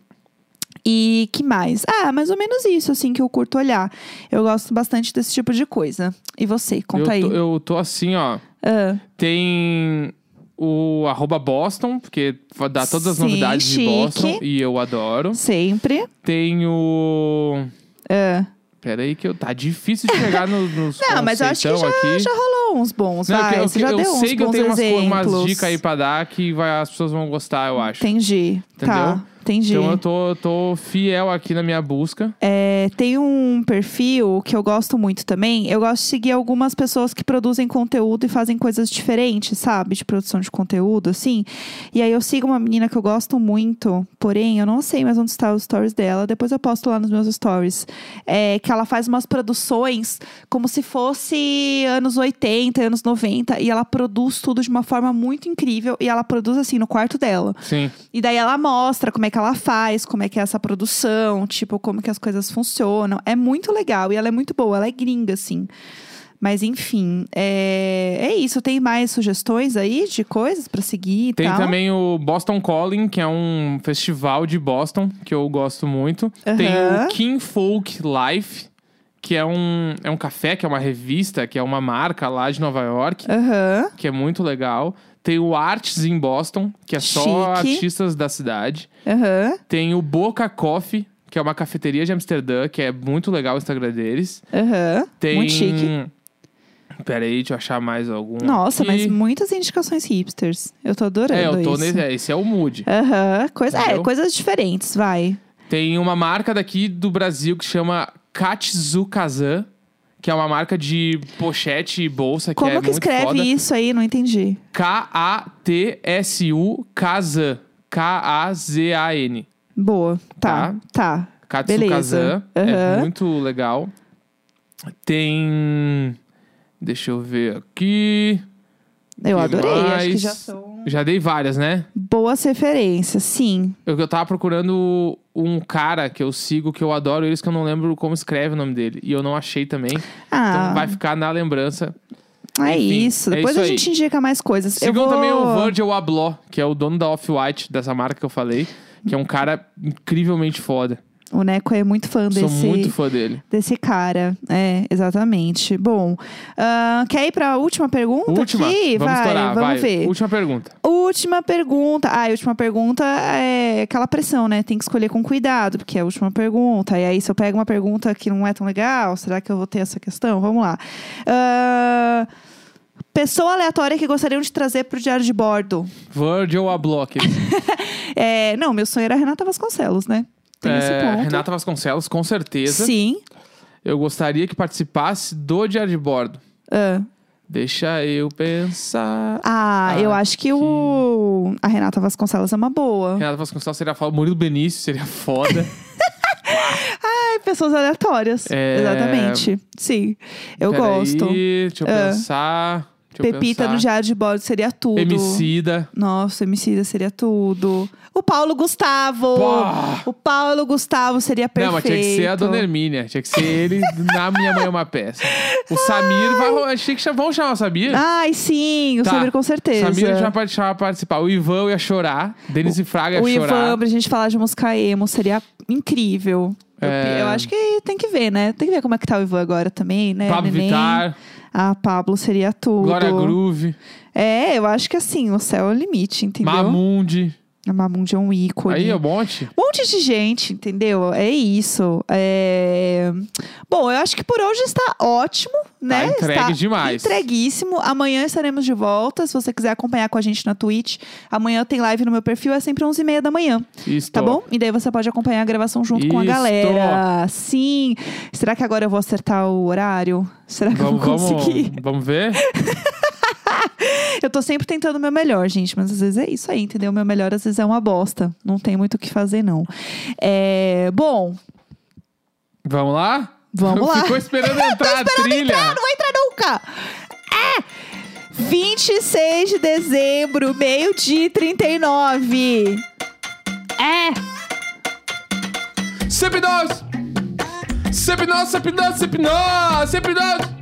Speaker 1: E que mais? Ah, mais ou menos isso, assim, que eu curto olhar. Eu gosto bastante desse tipo de coisa. E você, conta aí.
Speaker 2: eu, tô, eu tô assim, ó.
Speaker 1: Ah,
Speaker 2: Tem o arroba Boston, porque fa- dá todas as
Speaker 1: Sim,
Speaker 2: novidades
Speaker 1: chique.
Speaker 2: de Boston e eu adoro.
Speaker 1: sempre.
Speaker 2: Tem o.
Speaker 1: Ah.
Speaker 2: Pera aí que eu... tá difícil de
Speaker 1: (laughs)
Speaker 2: pegar no, nos
Speaker 1: Não, mas eu acho que
Speaker 2: conceitão aqui.
Speaker 1: Já rolou uns bons,
Speaker 2: Não, é que
Speaker 1: vai.
Speaker 2: eu,
Speaker 1: você já
Speaker 2: eu
Speaker 1: deu uns
Speaker 2: sei que eu
Speaker 1: bons
Speaker 2: tenho umas, co-
Speaker 1: exemplos.
Speaker 2: umas dicas aí pra dar que vai- as pessoas vão gostar, eu acho.
Speaker 1: Entendi. Tá,
Speaker 2: Entendeu?
Speaker 1: entendi.
Speaker 2: Então eu tô, eu tô fiel aqui na minha busca.
Speaker 1: É, tem um perfil que eu gosto muito também. Eu gosto de seguir algumas pessoas que produzem conteúdo e fazem coisas diferentes, sabe? De produção de conteúdo, assim. E aí eu sigo uma menina que eu gosto muito, porém, eu não sei mais onde está os stories dela. Depois eu posto lá nos meus stories. É, que ela faz umas produções como se fosse anos 80, anos 90. E ela produz tudo de uma forma muito incrível. E ela produz, assim, no quarto dela.
Speaker 2: Sim.
Speaker 1: E daí ela mostra como é que ela faz, como é que é essa produção, tipo, como que as coisas funcionam. É muito legal e ela é muito boa, ela é gringa, assim. Mas enfim, é, é isso. Tem mais sugestões aí de coisas pra seguir e
Speaker 2: Tem
Speaker 1: tal?
Speaker 2: também o Boston Calling, que é um festival de Boston, que eu gosto muito. Tem
Speaker 1: Aham.
Speaker 2: o King Folk Life, que é um, é um café, que é uma revista, que é uma marca lá de Nova York,
Speaker 1: Aham.
Speaker 2: que é muito legal. Tem o Arts in Boston, que é só
Speaker 1: Chique.
Speaker 2: artistas da cidade.
Speaker 1: Aham.
Speaker 2: Tem o Boca Coffee, que é uma cafeteria de Amsterdã, que é muito legal o Instagram deles.
Speaker 1: Aham.
Speaker 2: Tem...
Speaker 1: Muito chique.
Speaker 2: Peraí, deixa eu achar mais algum.
Speaker 1: Nossa,
Speaker 2: aqui.
Speaker 1: mas muitas indicações hipsters. Eu tô adorando
Speaker 2: É, eu tô
Speaker 1: isso.
Speaker 2: nesse. é, Esse é o mood.
Speaker 1: Aham. Coisa... É,
Speaker 2: Entendeu?
Speaker 1: coisas diferentes, vai.
Speaker 2: Tem uma marca daqui do Brasil que chama Katsukazan, que é uma marca de pochete e bolsa que
Speaker 1: Como
Speaker 2: é
Speaker 1: que
Speaker 2: muito
Speaker 1: escreve
Speaker 2: foda.
Speaker 1: isso aí? Não entendi.
Speaker 2: K-A-T-S-U Kazan. K-A-Z-A-N.
Speaker 1: Boa. Tá. tá.
Speaker 2: Katsukazan.
Speaker 1: Beleza.
Speaker 2: É
Speaker 1: Aham.
Speaker 2: muito legal. Tem. Deixa eu ver aqui.
Speaker 1: Eu
Speaker 2: Que
Speaker 1: adorei, acho que
Speaker 2: mais?
Speaker 1: já são
Speaker 2: Já dei várias, né?
Speaker 1: boas referências, sim.
Speaker 2: Eu, eu tava procurando um cara que eu sigo, que eu adoro eles, que eu não lembro como escreve o nome dele. E eu não achei também. Então vai
Speaker 1: Ah,
Speaker 2: ficar na lembrança.
Speaker 1: é
Speaker 2: enfim,
Speaker 1: isso.
Speaker 2: é
Speaker 1: Depois
Speaker 2: isso
Speaker 1: a
Speaker 2: aí.
Speaker 1: gente indica mais coisas.
Speaker 2: Sigam
Speaker 1: eu vou...
Speaker 2: também o Virgil Abloh, que é o dono da Off-White, dessa marca que eu falei. Que é um cara incrivelmente foda.
Speaker 1: O Neco é muito fã
Speaker 2: Sou
Speaker 1: desse,
Speaker 2: muito fã dele.
Speaker 1: desse cara. É, exatamente. Bom, ah, quer ir pra última pergunta? Então
Speaker 2: Última.
Speaker 1: tá Aqui?
Speaker 2: vamos
Speaker 1: vai,
Speaker 2: estourar,
Speaker 1: vamos
Speaker 2: vai.
Speaker 1: ver.
Speaker 2: Última pergunta.
Speaker 1: Última pergunta. Ah, e a última pergunta é aquela pressão, né? Tem que escolher com cuidado, porque é a última pergunta. E aí, se eu pego uma pergunta que não é tão legal, será que eu vou ter essa questão? Vamos lá. Ah, pessoa aleatória que gostariam de trazer pro diário de bordo.
Speaker 2: Virgil Ablock.
Speaker 1: É, não, meu sonho era a Renata Vasconcelos, né? (laughs) Tem esse
Speaker 2: É,
Speaker 1: ponto.
Speaker 2: Renata Vasconcelos, com certeza.
Speaker 1: Sim.
Speaker 2: Eu gostaria que participasse do Diário de Bordo.
Speaker 1: Ah.
Speaker 2: Deixa eu pensar.
Speaker 1: Ah,
Speaker 2: Ah,
Speaker 1: eu acho que o a Renata Vasconcelos é uma boa.
Speaker 2: Renata Vasconcelos seria foda. Murilo Benício seria foda.
Speaker 1: É, pessoas aleatórias.
Speaker 2: É.
Speaker 1: Exatamente. Sim. (laughs) Eu
Speaker 2: Peraí,
Speaker 1: gosto.
Speaker 2: Deixa eu
Speaker 1: Ah.
Speaker 2: pensar. Deixa eu
Speaker 1: Pepita
Speaker 2: pensar.
Speaker 1: do Diário de Bordo seria tudo.
Speaker 2: Emicida.
Speaker 1: Nossa, Emicida seria tudo. O Paulo Gustavo.
Speaker 2: Pá!
Speaker 1: O Paulo Gustavo seria perfeito.
Speaker 2: Não, mas tinha que ser a Dona Hermínia. Tinha que ser ele na Minha Mãe é uma Peça. O Samir vai... ro- Achei que já vão chamar o Samir.
Speaker 1: Ai, sim, o
Speaker 2: Tá.
Speaker 1: Samir com certeza.
Speaker 2: Samir já vai chamar pra participar. O Ivan eu ia chorar. Denise Fraga ia
Speaker 1: o
Speaker 2: chorar.
Speaker 1: Ivan, pra gente falar de música emo, seria incrível. Eu-
Speaker 2: É.
Speaker 1: Eu, acho que tem que ver, né? Tem que ver como é que tá o Ivan agora também, né?
Speaker 2: Pablo
Speaker 1: neném?
Speaker 2: Vittar.
Speaker 1: Ah, Pablo seria tudo.
Speaker 2: Glória Groove.
Speaker 1: É, eu acho que assim, o céu é o limite, entendeu?
Speaker 2: Mamundi.
Speaker 1: A Mamundi é um ícone.
Speaker 2: Aí é um monte.
Speaker 1: Um monte de gente, entendeu? É isso. É... Bom, eu acho que por hoje está ótimo, né?
Speaker 2: Tá entregue
Speaker 1: Está
Speaker 2: demais.
Speaker 1: Entreguíssimo. Amanhã estaremos de volta. Se você quiser acompanhar com a gente na Twitch, amanhã tem live no meu perfil, é sempre 11h30 da manhã.
Speaker 2: Isso.
Speaker 1: Tá bom? E daí você pode acompanhar a gravação junto com a
Speaker 2: Isto.
Speaker 1: galera. Sim. Será que agora eu vou acertar o horário? Será que
Speaker 2: Vamos,
Speaker 1: eu vou conseguir?
Speaker 2: vamos, vamos ver?
Speaker 1: Eu tô sempre tentando o meu melhor, gente, mas às vezes é isso aí, entendeu? O meu melhor às vezes é uma bosta. Não tem muito o que fazer, não. É, bom,
Speaker 2: Vamos lá? (laughs)
Speaker 1: Vamos lá.
Speaker 2: Ficou esperando entrar a trilha.
Speaker 1: não vai entrar nunca! É! 26 de dezembro, meio-dia e 39. É!
Speaker 2: Sempre nós! Sempre nós, sempre nós, sempre nós! Sempre nós!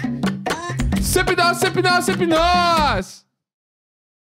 Speaker 2: Sempre nós, sempre nós, sempre nós!